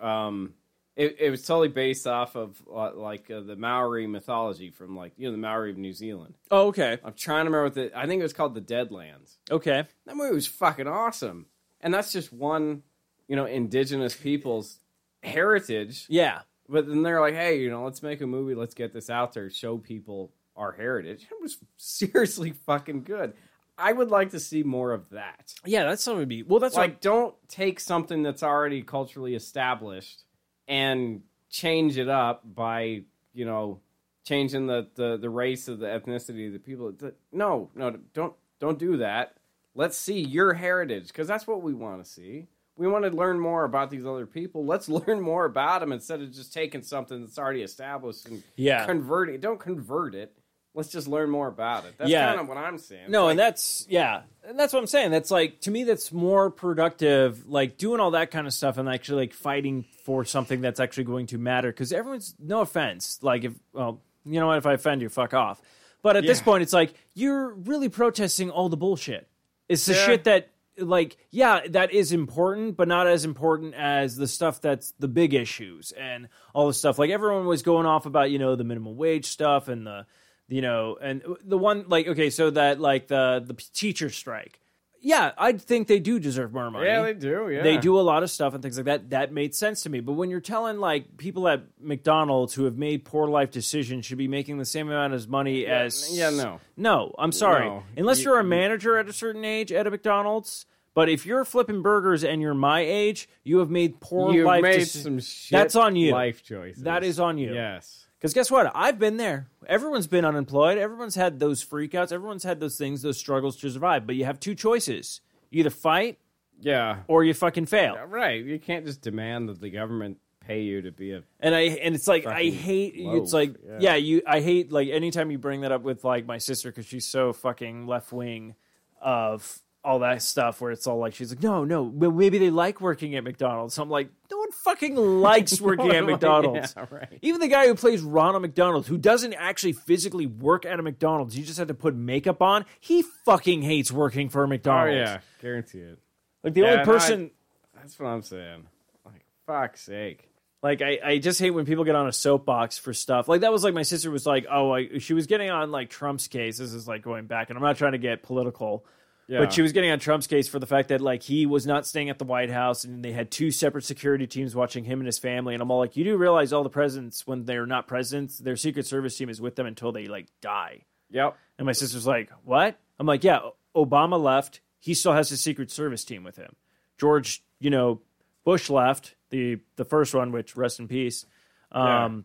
S3: um, it, it was totally based off of uh, like uh, the Maori mythology from like you know the Maori of New Zealand.
S2: oh okay,
S3: I'm trying to remember what the I think it was called the Deadlands.
S2: okay,
S3: That movie was fucking awesome, and that's just one, you know, indigenous people's heritage.
S2: yeah,
S3: But then they're like, hey, you know, let's make a movie. Let's get this out there. Show people our heritage. It was seriously fucking good. I would like to see more of that.
S2: yeah. That's something to be. Well, that's
S3: like, don't take something that's already culturally established and change it up by, you know, changing the, the, the race of the ethnicity of the people. Th- No, no, don't don't do that. Let's see your heritage because that's what we want to see. We want to learn more about these other people. Let's learn more about them instead of just taking something that's already established and
S2: Yeah.
S3: converting. Don't convert it. Let's just learn more about it. That's
S2: Yeah.
S3: kind of what I'm saying.
S2: No, and that's yeah, and that's what I'm saying. That's like to me, that's more productive, like doing all that kind of stuff and actually like fighting for something that's actually going to matter. Because everyone's no offense, like if well, you know what, if I offend you, fuck off. But at this
S3: Yeah.
S2: point, it's like you're really protesting all the bullshit. It's the
S3: Yeah.
S2: shit that like yeah that is important but not as important as the stuff that's the big issues and all the stuff like everyone was going off about you know the minimum wage stuff and the you know and the one like okay so that like the the teacher strike yeah i think they do deserve more money
S3: Yeah, they do. Yeah,
S2: they do a lot of stuff and things like that. That made sense to me. But when you're telling like people at McDonald's who have made poor life decisions should be making the same amount of money as
S3: yeah, no.
S2: no, I'm sorry.
S3: No.
S2: Unless
S3: You-
S2: you're a manager at a certain age at a McDonald's. But if you're flipping burgers and you're my age, you have made poor
S3: you
S2: life
S3: made
S2: deci-
S3: some shit
S2: That's on you.
S3: life choices.
S2: That is on you.
S3: Yes.
S2: Because guess what? I've been there. Everyone's been unemployed. Everyone's had those freakouts. Everyone's had those things, those struggles to survive. But you have two choices: you either fight
S3: Yeah.
S2: or you fucking fail.
S3: Right. You can't just demand that the government pay you to be a
S2: and I and it's like I
S3: Fucking
S2: hate it's
S3: loaf,
S2: like yeah.
S3: yeah.
S2: you I hate like anytime you bring that up with like my sister because she's so fucking left wing of all that stuff where it's all like she's like no no well, maybe they like working at McDonald's so I'm like no one fucking likes working at
S3: Like,
S2: McDonald's.
S3: yeah, right.
S2: Even the guy who plays Ronald McDonald, who doesn't actually physically work at a McDonald's, he just had to put makeup on. He fucking hates working for a
S3: Oh
S2: McDonald's.
S3: yeah, guarantee it.
S2: Like the
S3: Yeah,
S2: only
S3: and I-
S2: person
S3: That's what I'm saying. Like fuck's sake.
S2: Like I, I just hate when people get on a soapbox for stuff. Like that was like my sister was like, oh, I, she was getting on like Trump's case. This is like going back, and I'm not trying to get political,
S3: Yeah.
S2: but she was getting on Trump's case for the fact that like he was not staying at the White House, and they had two separate security teams watching him and his family. And I'm all like, you do realize all the presidents when they're not presidents, their Secret Service team is with them until they like die.
S3: Yep.
S2: And my sister's like, "What?" I'm like, "Yeah, Obama left. He still has his Secret Service team with him. George, you know, Bush left the the first one, which rest in peace. Um,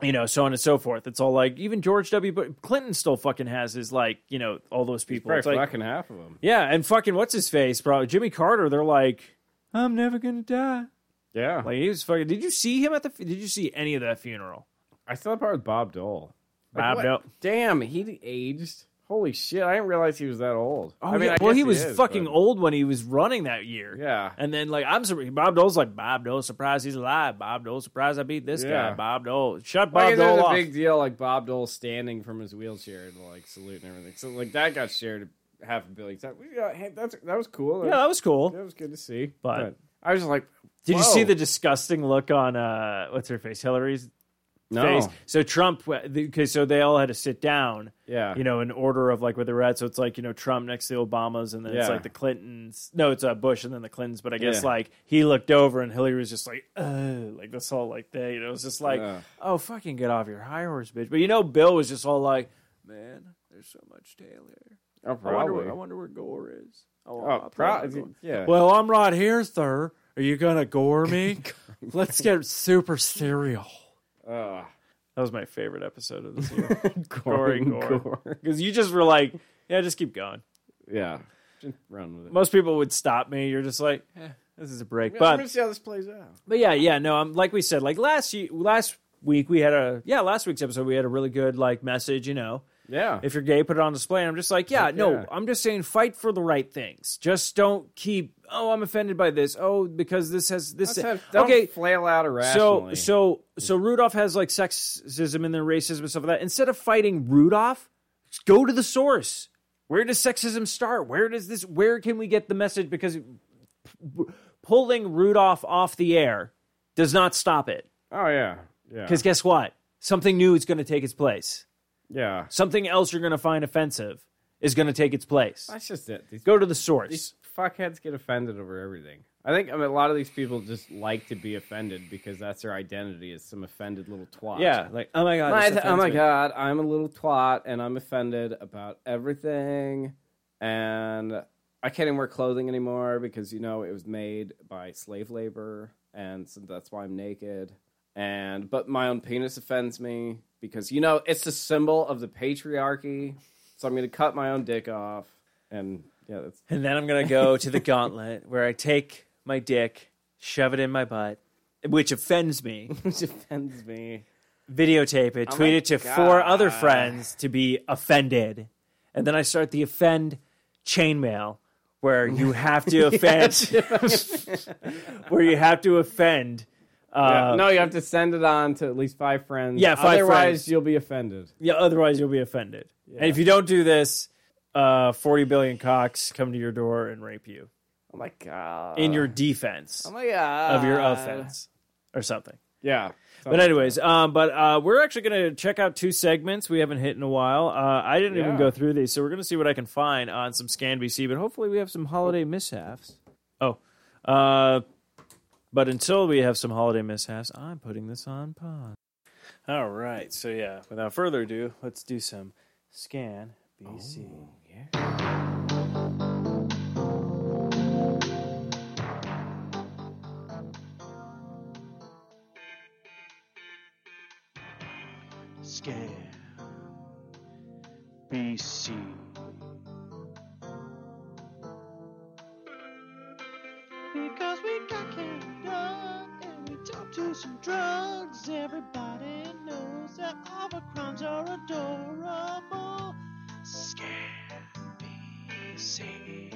S2: You know, so on and so forth. It's all like even George W. Bu- Clinton still fucking has his like you know all those people.
S3: Probably
S2: It's like-
S3: fucking half of them.
S2: yeah, and fucking what's his face, bro? Jimmy Carter. They're like, "I'm never gonna die."
S3: Yeah. Like
S2: Like he was fucking. Did you see him at the? fu- Did you see any of that funeral?
S3: I saw the part with Bob Dole.
S2: Bob
S3: what?
S2: Dole.
S3: Damn, he aged. Holy shit! I didn't realize he was that old.
S2: Oh,
S3: I mean,
S2: yeah.
S3: I
S2: well,
S3: guess
S2: he was
S3: is,
S2: fucking
S3: but-
S2: old when he was running that year.
S3: Yeah.
S2: And then like I'm surprised. Bob Dole's like Bob Dole surprised he's alive. Bob Dole surprised I beat this
S3: Yeah.
S2: guy. Bob Dole shut
S3: Like,
S2: Bob
S3: it
S2: Dole
S3: was a
S2: off.
S3: big deal, like Bob Dole standing from his wheelchair and like saluting everything. So like that got shared half a billion times. We got- hey, that's that was cool.
S2: Yeah, that was cool.
S3: That was good to see.
S2: But-
S3: I was just like,
S2: Did you see
S3: whoa.
S2: the disgusting look on uh what's her face Hillary's
S3: no?
S2: face? So Trump, okay, so they all had to sit down.
S3: Yeah,
S2: You know, in order of like where they were at. So it's like, you know, Trump next to the Obamas and then it's
S3: Yeah.
S2: like the Clintons. No, it's uh, Bush and then the Clintons. But I guess
S3: Yeah.
S2: like he looked over and Hillary was just like, oh, like this whole like thing. And it was just like,
S3: Yeah.
S2: oh, fucking get off your high horse, bitch. But you know, Bill was just all like, man, there's so much Taylor. I
S3: Oh,
S2: wonder, where,
S3: probably.
S2: I wonder where Gore is. Oh,
S3: Oh, probably. Yeah.
S2: Well, I'm right here, sir. Are you gonna gore me? Let's get super cereal.
S3: Ugh.
S2: That was my favorite episode of this year.
S3: Goring
S2: gore.
S3: gore.
S2: Because you just were like, yeah, just keep going.
S3: Yeah, just run with it.
S2: Most people would stop me. You're just like, eh, this is a break.
S3: I'm gonna
S2: But
S3: see how this plays out.
S2: but yeah, yeah, no. I'm like we said, like last ye- last week we had a yeah last week's episode we had a really good like message. You know,
S3: Yeah,
S2: if you're gay, put it on display. And I'm just like, yeah, no.
S3: yeah.
S2: I'm just saying, fight for the right things. Just don't keep. Oh, I'm offended by this. Oh, because this has this.
S3: Let's have- don't
S2: okay,
S3: flail out
S2: so
S3: irrationally.
S2: so so Rudolph has like sexism and then racism and stuff like that. Instead of fighting Rudolph, just go to the source. Where does sexism start? Where does this? Where can we get the message? Because p- p- pulling Rudolph off the air does not stop it.
S3: oh yeah, yeah,
S2: Because guess what? Something new is going to take its place.
S3: yeah.
S2: Something else you're going to find offensive is going to take its place.
S3: That's just it. These
S2: Go to the source.
S3: these fuckheads get offended over everything. I think I mean, a lot of these people just like to be offended because that's their identity is some offended little twat.
S2: Yeah, like oh my god,
S3: My-
S2: this
S3: oh
S2: offends
S3: my
S2: me.
S3: god, I'm a little twat and I'm offended about everything, and I can't even wear clothing anymore because you know it was made by slave labor, and so that's why I'm naked. And but my own penis offends me because you know it's the symbol of the patriarchy, so I'm gonna cut my own dick off, and yeah, that's
S2: And then I'm going to go to the gauntlet where I take my dick, shove it in my butt, which offends me,
S3: which offends me.
S2: videotape it, tweet
S3: Oh my
S2: it to four
S3: God.
S2: other friends to be offended. And then I start the offend chainmail where you have to offend, where you have to offend. Uh,
S3: Yeah, no, you have to send it on to at least five friends.
S2: Yeah, five
S3: Otherwise,
S2: friends.
S3: you'll be offended.
S2: yeah, otherwise you'll be offended. And if you don't do this, uh, 40 billion cocks come to your door and rape you
S3: Oh my god!
S2: in your defense
S3: oh my god
S2: of your offense or something.
S3: Yeah.
S2: But anyways, um, but uh, we're actually going to check out two segments we haven't hit in a while. Uh, I didn't even
S3: Yeah.
S2: go through these, so we're going to see what I can find on some Scan BC. But hopefully, we have some holiday mishaps. Oh, uh, but until we have some holiday mishaps, I'm putting this on pause. All right, so yeah, without further ado, let's do some Scan BC.
S1: Scan. BC. Because we got carried on and we talked to some drugs. Everybody knows that all the crimes are adorable. Scan. BC.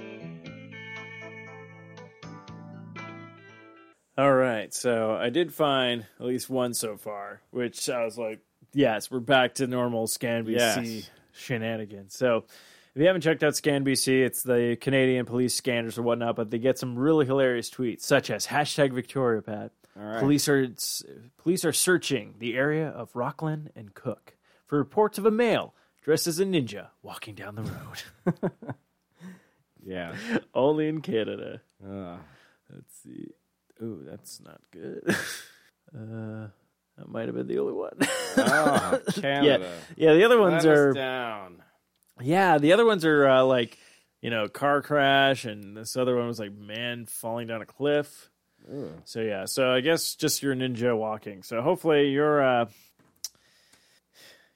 S2: All right, so I did find at least one so far, which I was like, yes, we're back to normal ScanBC
S3: Yes.
S2: shenanigans. So if you haven't checked out ScanBC, it's the Canadian police scanners or whatnot, but they get some really hilarious tweets, such as hashtag Victoria Pat.
S3: right.
S2: Police are police are searching the area of Rockland and Cook for reports of a male dressed as a ninja walking down the road.
S3: Yeah. Oh,
S2: Only in Canada.
S3: Ugh.
S2: Let's see. Ooh, that's not good. uh, that might have been the only one.
S3: Oh,
S2: yeah,
S3: Canada.
S2: yeah. The other
S3: Let
S2: ones
S3: us
S2: are
S3: down.
S2: yeah. The other ones are uh, like you know car crash, and this other one was like man falling down a cliff.
S3: Ooh.
S2: So yeah. So I guess just your ninja walking. So hopefully your uh,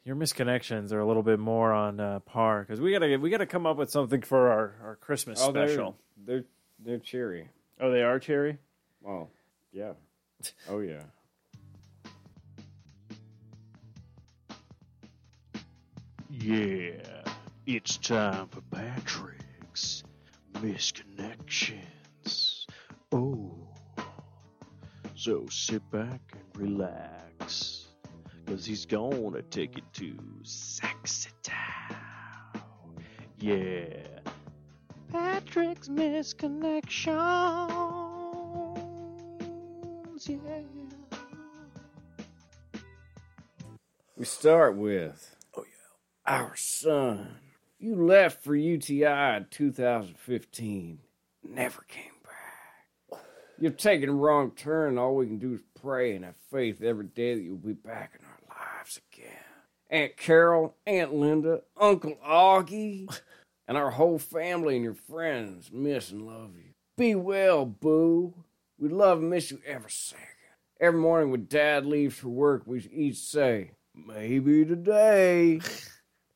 S2: your misconnections are a little bit more on uh, par because we gotta we gotta come up with something for our our Christmas
S3: Oh,
S2: special.
S3: They're, they're they're cheery.
S2: Oh, they are cherry.
S3: Oh, yeah. Oh yeah.
S4: Yeah, it's time for Patrick's Misconnections. Oh, so sit back and relax, because he's gonna take it to sexy town. Yeah, Patrick's Misconnections. Yeah.
S3: We start with. Oh yeah. Our son. You left for UTI in 2015. Never came back. You've taken a wrong turn. All we can do is pray and have faith every day that you'll be back in our lives again. Aunt Carol, Aunt Linda, Uncle Augie, and our whole family and your friends miss and love you. Be well, boo. We love and miss you every second. Every morning when Dad leaves for work, we each say, Maybe today.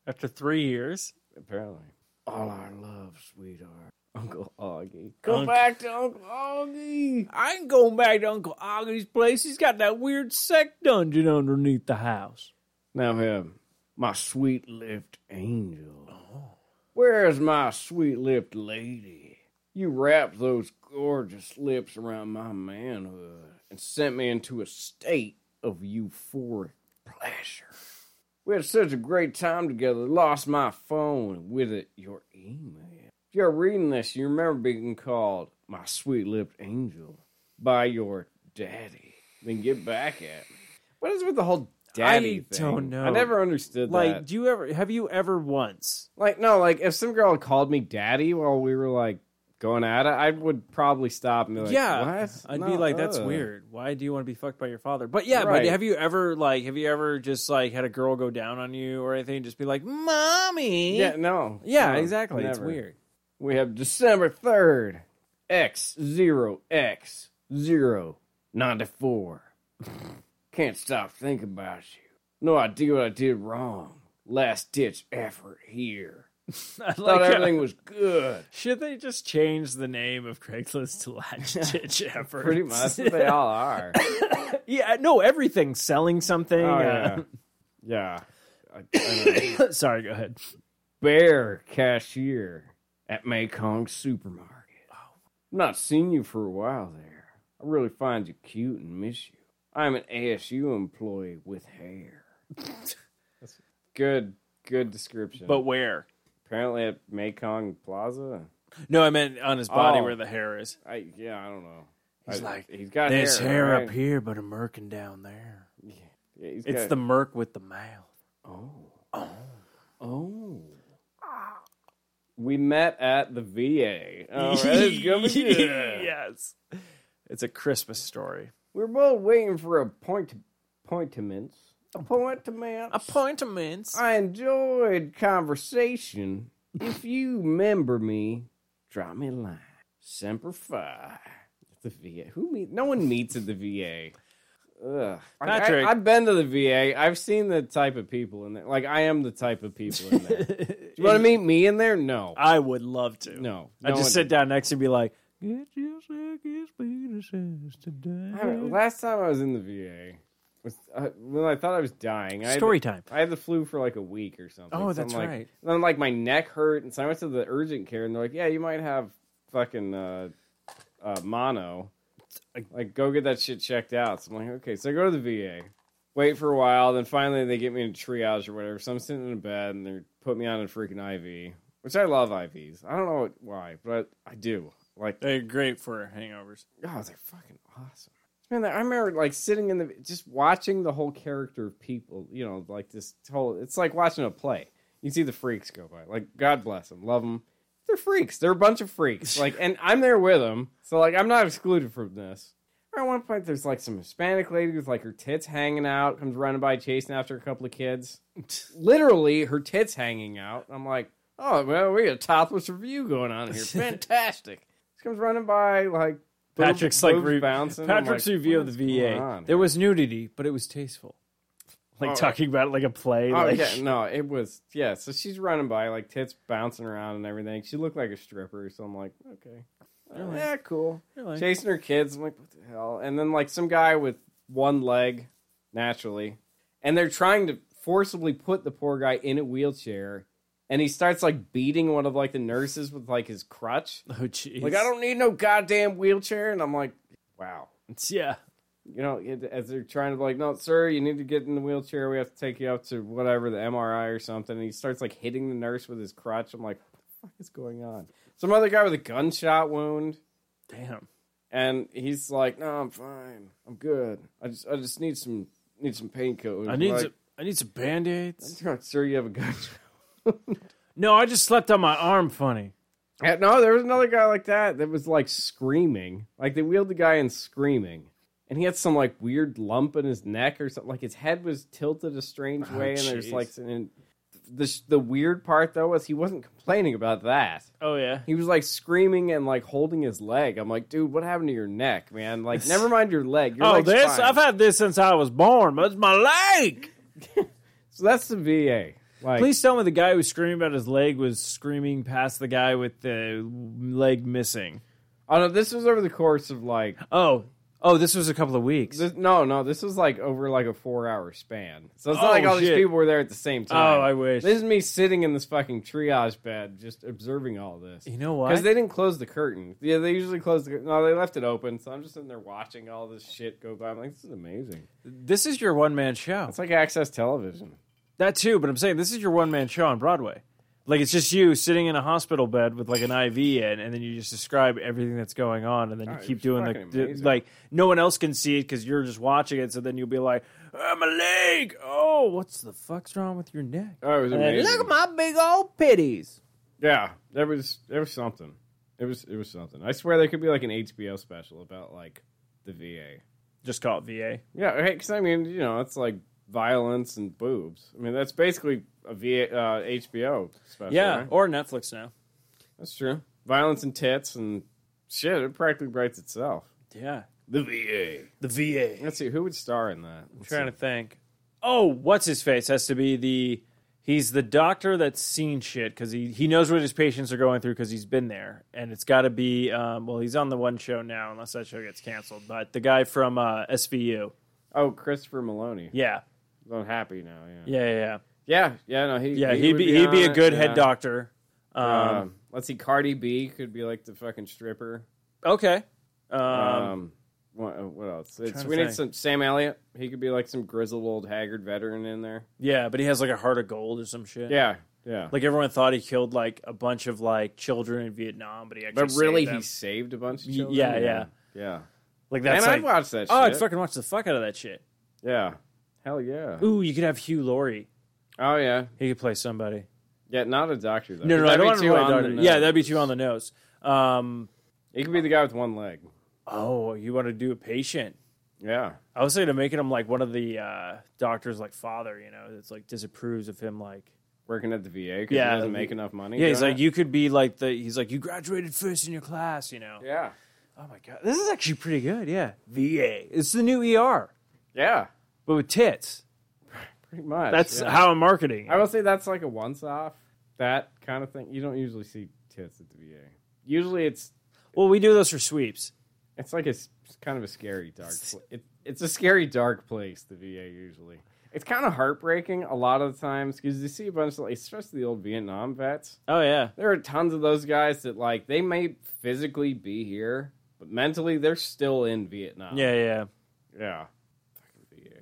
S2: After three years.
S3: Apparently. All our love, sweetheart. Uncle Augie.
S2: Go
S3: Go
S2: back
S3: back to Uncle Augie.
S2: I ain't going back to Uncle Augie's place. He's got that weird sex dungeon underneath the house.
S3: Now him. My sweet lipped angel.
S2: Oh.
S3: Where's my sweet lipped lady? You wrapped those gorgeous lips around my manhood and sent me into a state of euphoric pleasure. We had such a great time together, lost my phone, and with it, your email. If you're reading this, you remember being called my sweet lipped angel by your daddy. Then get back at me. What is with the whole daddy
S2: I
S3: thing?
S2: don't know.
S3: I never understood
S2: Like,
S3: that.
S2: do you ever have you ever once?
S3: Like no, like if some girl called me daddy while we were like going at it, I would probably stop and be like,
S2: yeah,
S3: what?
S2: I'd
S3: No,
S2: be like, that's
S3: ugh."
S2: weird. Why do you want to be fucked by your father? But yeah, but
S3: Right.
S2: have you ever like have you ever just like had a girl go down on you or anything? Just be like, mommy.
S3: Yeah, no,
S2: Yeah,
S3: no,
S2: exactly. It's
S3: never.
S2: weird.
S3: We have December third, X zero X zero ninety four. Can't stop thinking about you. No idea what I did wrong. Last ditch effort here.
S2: I
S3: Thought
S2: like uh, how-
S3: everything was good.
S2: Should they just change the name of Craigslist to Latch Ditch Effort?
S3: Pretty much, they all are.
S2: yeah, no, everything's selling something.
S3: Oh,
S2: uh,
S3: yeah, yeah. I- I know.
S2: sorry, go ahead.
S3: bear cashier at Mekong Supermarket.
S2: Oh.
S3: Not seen you for a while there. I really find you cute and miss you. I'm an ASU employee with hair. good, good description.
S2: But where?
S3: apparently at Mekong Plaza.
S2: No, I meant on his body
S3: Oh.
S2: where the hair is.
S3: I yeah, I don't know.
S2: He's
S3: I-
S2: like,
S3: he's got
S2: There's hair,
S3: right?
S2: up here, but a merkin down there.
S3: Yeah, he's
S2: It's
S3: got-
S2: the merc with the mouth.
S3: Oh. Oh. Oh. We met at the VA. All right, it's gonna be Oh, good.
S2: yes. It's a Christmas story.
S3: We're both waiting for appoint- appointments. Appointments.
S2: Appointments.
S3: I enjoyed conversation. if you remember me, drop me a line. Semper Fi. The VA. Who meet? No one meets at the VA. Ugh. I-
S2: Patrick.
S3: I, have been to the VA. I've seen the type of people in there. Like I am the type of people in there. Do you want to meet me in there? No.
S2: I would love to.
S3: no.
S2: I
S3: No
S2: just
S3: one-
S2: sit down next to you and be like, Get your sickest penises
S3: I don't-
S2: today.
S3: last time I was in the VA was uh, when I thought I was dying. I had-
S2: Story time.
S3: I had the flu for like a week or something.
S2: Oh,
S3: So
S2: that's
S3: I'm like,
S2: right.
S3: And then like my neck hurt, and so I went to the urgent care, and they're like, "Yeah, you might have fucking uh, uh, mono." like go get that shit checked out. So I'm like, okay, so I go to the VA, wait for a while, then finally they get me in triage or whatever. So I'm sitting in a bed and they put me on a freaking IV, which I love IVs. I don't know why, but I do. Like,
S2: They're great for hangovers.
S3: oh, they're fucking awesome. Man, I remember like sitting in the just watching the whole character of people. You know, like this whole. It's like watching a play. You see the freaks go by. Like, God bless them, love them. They're freaks. They're a bunch of freaks. Like, and I'm there with them, so like I'm not excluded from this. At one point, there's like some Hispanic lady with like her tits hanging out, comes running by, chasing after a couple of kids. Literally, her tits hanging out. I'm like, oh well, we got a topless review going on here. Fantastic. She comes running by, like boobs-
S2: Patrick's like
S3: boobs
S2: re-
S3: bouncing. I'm
S2: Patrick's
S3: like,
S2: review of
S3: what's
S2: the VA.
S3: going on
S2: there
S3: here?
S2: was nudity, but it was tasteful. Like
S3: Oh.
S2: talking about it like a play.
S3: Oh
S2: like,
S3: yeah, no, it was yeah. So she's running by, like tits bouncing around and everything. She looked like a stripper, so I'm like, okay, Uh,
S2: Really?
S3: yeah, cool.
S2: Really?
S3: Chasing her kids, I'm like, what the hell? And then like some guy with one leg, naturally, and they're trying to forcibly put the poor guy in a wheelchair, and he starts like beating one of like the nurses with like his crutch.
S2: Oh jeez.
S3: Like I don't need no goddamn wheelchair, and I'm like, wow
S2: Yeah.
S3: you know, it- as they're trying to be like, no, sir, you need to get in the wheelchair. We have to take you up to whatever the MRI or something. And he starts like hitting the nurse with his crutch. I'm like, what the fuck is going on? Some other guy with a gunshot wound,
S2: Damn.
S3: and he's like, no, I'm fine, I'm good. I just, I just need some, need some painkillers.
S2: I need
S3: like,
S2: some. I need some band aids.
S3: Sir, you have a gunshot.
S2: No, I just slept on my arm. Funny.
S3: Yeah, no, there was another guy like that that was like screaming. Like they wheeled the guy in screaming. And he had some like weird lump in his neck or something. Like his head was tilted a strange
S2: Oh,
S3: way. and there's
S2: jeez.
S3: like, and the, the weird part though was he wasn't complaining about that.
S2: Oh yeah.
S3: He was like screaming and like holding his leg. I'm like, dude, what happened to your neck, man? Like, never mind your leg. Your
S2: oh,
S3: leg's
S2: this
S3: fine.
S2: I've had this since I was born. But it's my leg.
S3: so that's the VA. Like,
S2: Please tell me the guy who was screaming about his leg was screaming past the guy with the leg missing.
S3: oh no, this was over the course of like
S2: Oh, oh, this was a couple of weeks.
S3: This, no, no, this was like over like a four hour span. So it's
S2: Oh,
S3: not like all
S2: shit.
S3: these people were there at the same time.
S2: Oh, I wish.
S3: This is me sitting in this fucking triage bed just observing all this.
S2: you know
S3: Because
S2: what?
S3: they didn't close the curtain. Yeah, they usually close the curtain. No, they left it open. So I'm just sitting there watching all this shit go by. I'm like, this is amazing.
S2: this is your one man show.
S3: It's like access television.
S2: That too, but I'm saying this is your one man show on Broadway. Like it's just you sitting in a hospital bed with like an IV in, and then you just describe everything that's going on, and then you
S3: Oh,
S2: keep
S3: it's
S2: doing
S3: fucking
S2: like d-
S3: amazing.
S2: like no one else can see it because you're just watching it. So then you'll be like, "Oh my leg! Oh, what's the fuck's wrong with your neck?
S3: Oh, it was
S2: And then,
S3: amazing.
S2: Look at my big old pitties."
S3: Yeah, there was there was something. It was it was something. I swear there could be like an HBO special about like the VA.
S2: Just call it VA.
S3: Yeah, because I mean, you know, it's like violence and boobs. I mean, that's basically a v- uh, HBO special. right?
S2: or Netflix now.
S3: that's true. Violence and tits and shit. It practically writes itself.
S2: Yeah,
S3: The VA.
S2: the VA.
S3: Let's see who would star in that. Let's
S2: trying to think. Oh, what's his face has to be the he's the doctor that's seen shit because he he knows what his patients are going through because he's been there, and it's got to be um, well he's on the one show now unless that show gets canceled, but the guy from uh, SVU,
S3: see. Oh, Christopher Maloney.
S2: yeah,
S3: He's on Happy now. Yeah.
S2: yeah, yeah,
S3: Yeah. Yeah. No. He.
S2: yeah, yeah.
S3: he
S2: he'd
S3: would
S2: be, he'd
S3: on
S2: be a
S3: it,
S2: good
S3: yeah.
S2: head doctor. Um,
S3: Um, let's see. Cardi B could be like the fucking stripper.
S2: okay, um,
S3: Um, what, what else? It's,
S2: to
S3: we need
S2: think.
S3: some Sam Elliott. He could be like some grizzled old haggard veteran in there.
S2: yeah, but he has like a heart of gold or some shit.
S3: Yeah. Yeah.
S2: Like everyone thought he killed like a bunch of like children in Vietnam, but he actually
S3: But really,
S2: saved them.
S3: he saved a bunch of
S2: Y-
S3: children.
S2: yeah, yeah.
S3: yeah.
S2: like
S3: And
S2: that's
S3: I'd
S2: like
S3: watch that.
S2: oh, I'd
S3: shit.
S2: fucking watch the fuck out of that shit.
S3: yeah, hell yeah.
S2: Ooh, you could have Hugh Laurie.
S3: Oh yeah,
S2: He could play somebody.
S3: yeah. Not a doctor though.
S2: No, no, no I don't
S3: That'd be
S2: want to
S3: too
S2: play
S3: on
S2: Doctor.
S3: the
S2: Yeah,
S3: nose.
S2: that'd be too on the nose. Um,
S3: he could be the guy with one leg.
S2: oh, you want to do a patient?
S3: Yeah,
S2: I was thinking of making him like one of the uh, doctors, like father. You know, that's like disapproves of him. Like,
S3: working at the VA because
S2: Yeah,
S3: he doesn't
S2: the-
S3: make enough money.
S2: yeah, he's
S3: doing
S2: like
S3: it.
S2: you could be like the. He's like you graduated first in your class. You know.
S3: Yeah,
S2: Oh my god, this is actually pretty good. Yeah, VA. It's the new ER,
S3: yeah,
S2: but with tits.
S3: pretty much.
S2: That's
S3: yeah.
S2: how I'm marketing.
S3: I will say that's like a once-off that kind of thing. You don't usually see tits at the VA. Usually, it's
S2: well, we do those for sweeps.
S3: it's like a s- it's kind of a scary dark. Pl- it, it's a scary dark place. The VA usually. It's kind of heartbreaking a lot of the times because you see a bunch of, like, especially the old Vietnam vets.
S2: Oh yeah,
S3: there are tons of those guys that like they may physically be here, but mentally they're still in Vietnam.
S2: Yeah, yeah.
S3: yeah. Fucking VA.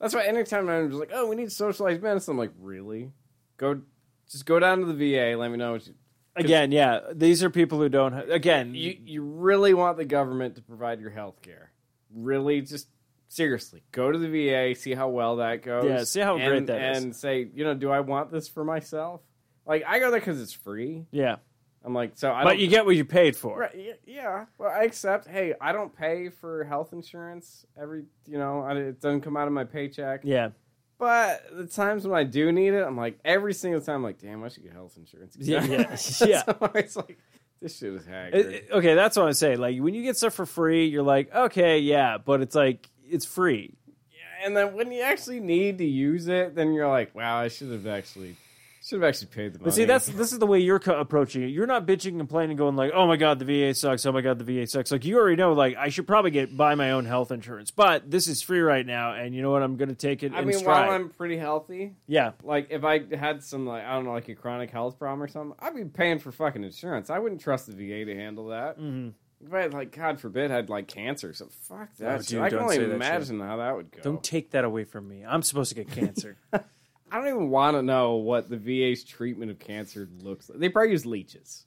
S3: That's why anytime I'm just like, oh, we need socialized medicine. I'm like, really? Go, just go down to the VA. Let me know what you.
S2: Again, yeah. These are people who don't. ha- Again,
S3: You, you really want the government to provide your health care. Really, just seriously, go to the VA, see how well that goes.
S2: Yeah, see how great
S3: and,
S2: that is.
S3: And say, you know, do I want this for myself? Like, I go there because it's free.
S2: yeah.
S3: I'm like, so I
S2: But
S3: don't
S2: you get what you paid for.
S3: Right. y- Yeah. Well, I accept. Hey, I don't pay for health insurance every. You know, I, it doesn't come out of my paycheck.
S2: Yeah,
S3: But the times when I do need it, I'm like every single time, I'm like, damn, I should get health insurance.
S2: Yeah, yeah,
S3: That's
S2: yeah.
S3: why It's like this shit is hacked.
S2: It- it- okay, that's what I'm saying. Like when you get stuff for free, you're like, okay, yeah, but it's like it's free.
S3: and then when you actually need to use it, then you're like, wow, I should have actually should have actually paid the money.
S2: But see, that's this is the way you're co- approaching it. You're not bitching, complaining, going like, "Oh my god, the VA sucks. Oh my god, the VA sucks." Like you already know, like I should probably get buy my own health insurance, but this is free right now, and you know what? I'm going to take it.
S3: I
S2: in
S3: mean,
S2: stride.
S3: while I'm pretty healthy,
S2: yeah,
S3: like if I had some like I don't know like a chronic health problem or something, I'd be paying for fucking insurance. I wouldn't trust the VA to handle that. Mm-hmm. If I had like God forbid had like cancer, so fuck that.
S2: Oh,
S3: shit.
S2: dude,
S3: I can
S2: don't
S3: only
S2: say that shit.
S3: imagine how that would go.
S2: don't take that away from me. I'm supposed to get cancer.
S3: I don't even want to know what the VA's treatment of cancer looks like. They probably use leeches.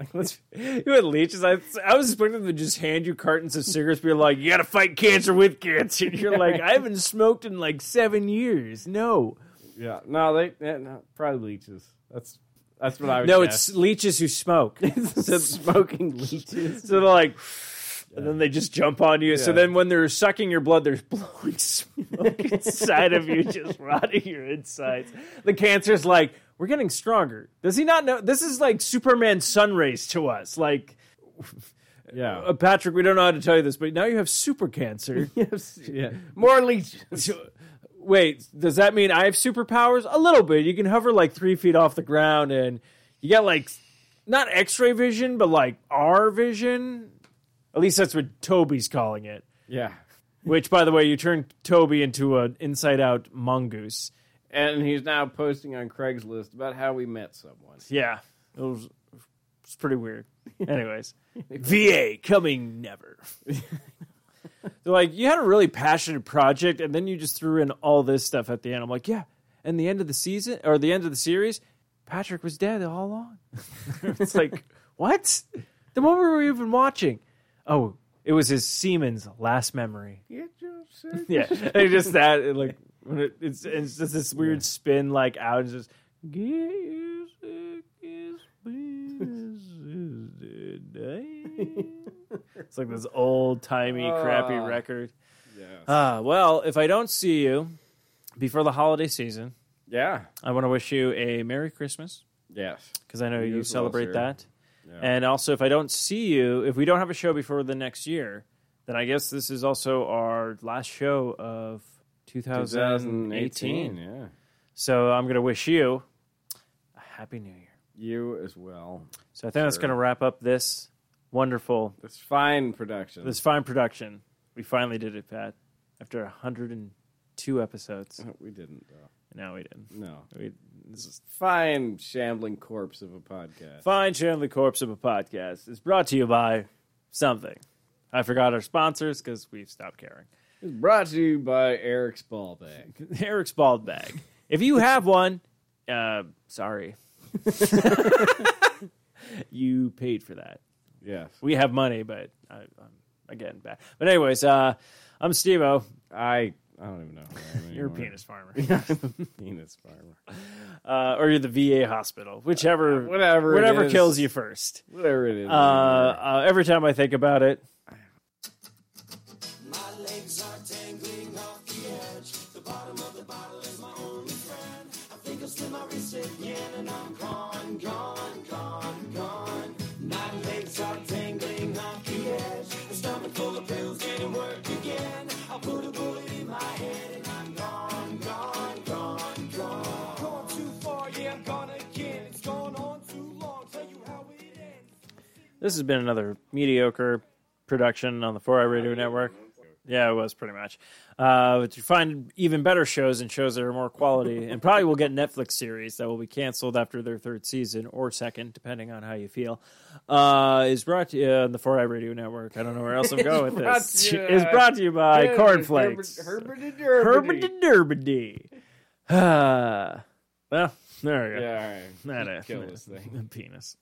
S3: Like, let's-
S2: you had leeches. I, I was expecting them to just hand you cartons of cigarettes, be like, "You got to fight cancer with cancer." And you're like, "I haven't smoked in like seven years." No,
S3: yeah, no, they yeah, no, probably leeches. That's that's what I would.
S2: no,
S3: guess.
S2: it's leeches who smoke.
S3: it's smoking leeches.
S2: So they're like, and then they just jump on you. So
S3: Yeah.
S2: then when they're sucking your blood, they're blowing smoke inside of you, just rotting your insides. The cancer's like, we're getting stronger. Does he not know? This is like Superman's sun rays to us. Like,
S3: Yeah,
S2: uh, Patrick, we don't know how to tell you this, but now you have super cancer.
S3: yes, yeah, more leeches.
S2: So- Wait, does that mean I have superpowers? A little bit. You can hover like three feet off the ground, and you got like not X ray vision, but like R vision. At least that's what Toby's calling it.
S3: Yeah,
S2: Which, by the way, you turned Toby into an inside out mongoose.
S3: and he's now posting on Craigslist about how we met someone.
S2: Yeah, it was, it's pretty weird. Anyways, VA coming never. They're like, you had a really passionate project, and then you just threw in all this stuff at the end. I'm like, yeah, and the end of the season or the end of the series, Patrick was dead all along. it's like, what? Then what were we even watching? Oh, it was his semen's last memory.
S3: Get yourself
S2: Yeah, and just that, and like when it, it's it's just this weird spin, like out and just. "Get your sick as business today." it's like this old timey, crappy
S3: Ah.
S2: record.
S3: Yes.
S2: Ah, well, if I don't see you before the holiday season,
S3: Yeah.
S2: I want to wish you a Merry Christmas
S3: Yes.
S2: because I know
S3: You
S2: you
S3: as well,
S2: celebrate
S3: sir.
S2: that.
S3: Yeah.
S2: And also, if I don't see you, if we don't have a show before the next year, then I guess this is also our last show of 2018.
S3: 2018. Yeah.
S2: So I'm going to wish you a happy new year.
S3: You as well.
S2: So I think that's
S3: Sure.
S2: going to wrap up this wonderful,
S3: It's fine production.
S2: this fine production. We finally did it, Pat, after 102 episodes.
S3: we didn't though.
S2: No, we didn't.
S3: No.
S2: We,
S3: This is fine shambling corpse of a podcast.
S2: Fine Chandler Corpse of a Podcast is brought to you by something. I forgot our sponsors because we've stopped caring.
S3: It's brought to you by Eric's ball bag.
S2: Eric's bald bag. If you have one, uh, sorry. you paid for that.
S3: Yes.
S2: We have money, but I, I'm again bad. But anyways, uh, I'm Stevo,
S3: I I don't even know. who I am
S2: you're a
S3: anymore.
S2: penis farmer,
S3: penis farmer.
S2: uh, or you're the VA hospital, whichever,
S3: Whatever. it
S2: whatever
S3: is.
S2: kills you first.
S3: Whatever it is.
S2: Uh, uh, every time I think about it,
S1: My legs are tangling off the edge. The bottom of the bottle is my only friend. I think I'll slim my wrist again, and I'm gone, gone, gone, gone. My legs are tangling off the edge. The stomach full of pills didn't work again. I put a bullet in my head, and I'm gone, gone, gone, gone. Gone too far, yeah, I'm gone again. It's gone on too long. Tell you how it ends.
S2: this has been another mediocre production on the Four Eye Radio Network. Yeah, it was pretty much. Uh, but you find even better shows and shows that are more quality, and probably will get Netflix series that will be canceled after their third season or second, depending on how you feel. Uh, is brought to you on the Four Eye Radio Network. I don't know where else I'm going with
S3: brought
S2: this.
S3: to you,
S2: Is
S3: uh,
S2: brought to you by
S3: Herbert-
S2: Cornflakes.
S3: Herbert and
S2: Herbert
S3: Herbert.
S2: and Derby. well, there we go.
S3: Yeah, all right.
S2: That is-
S3: Kill this thing.
S2: Penis.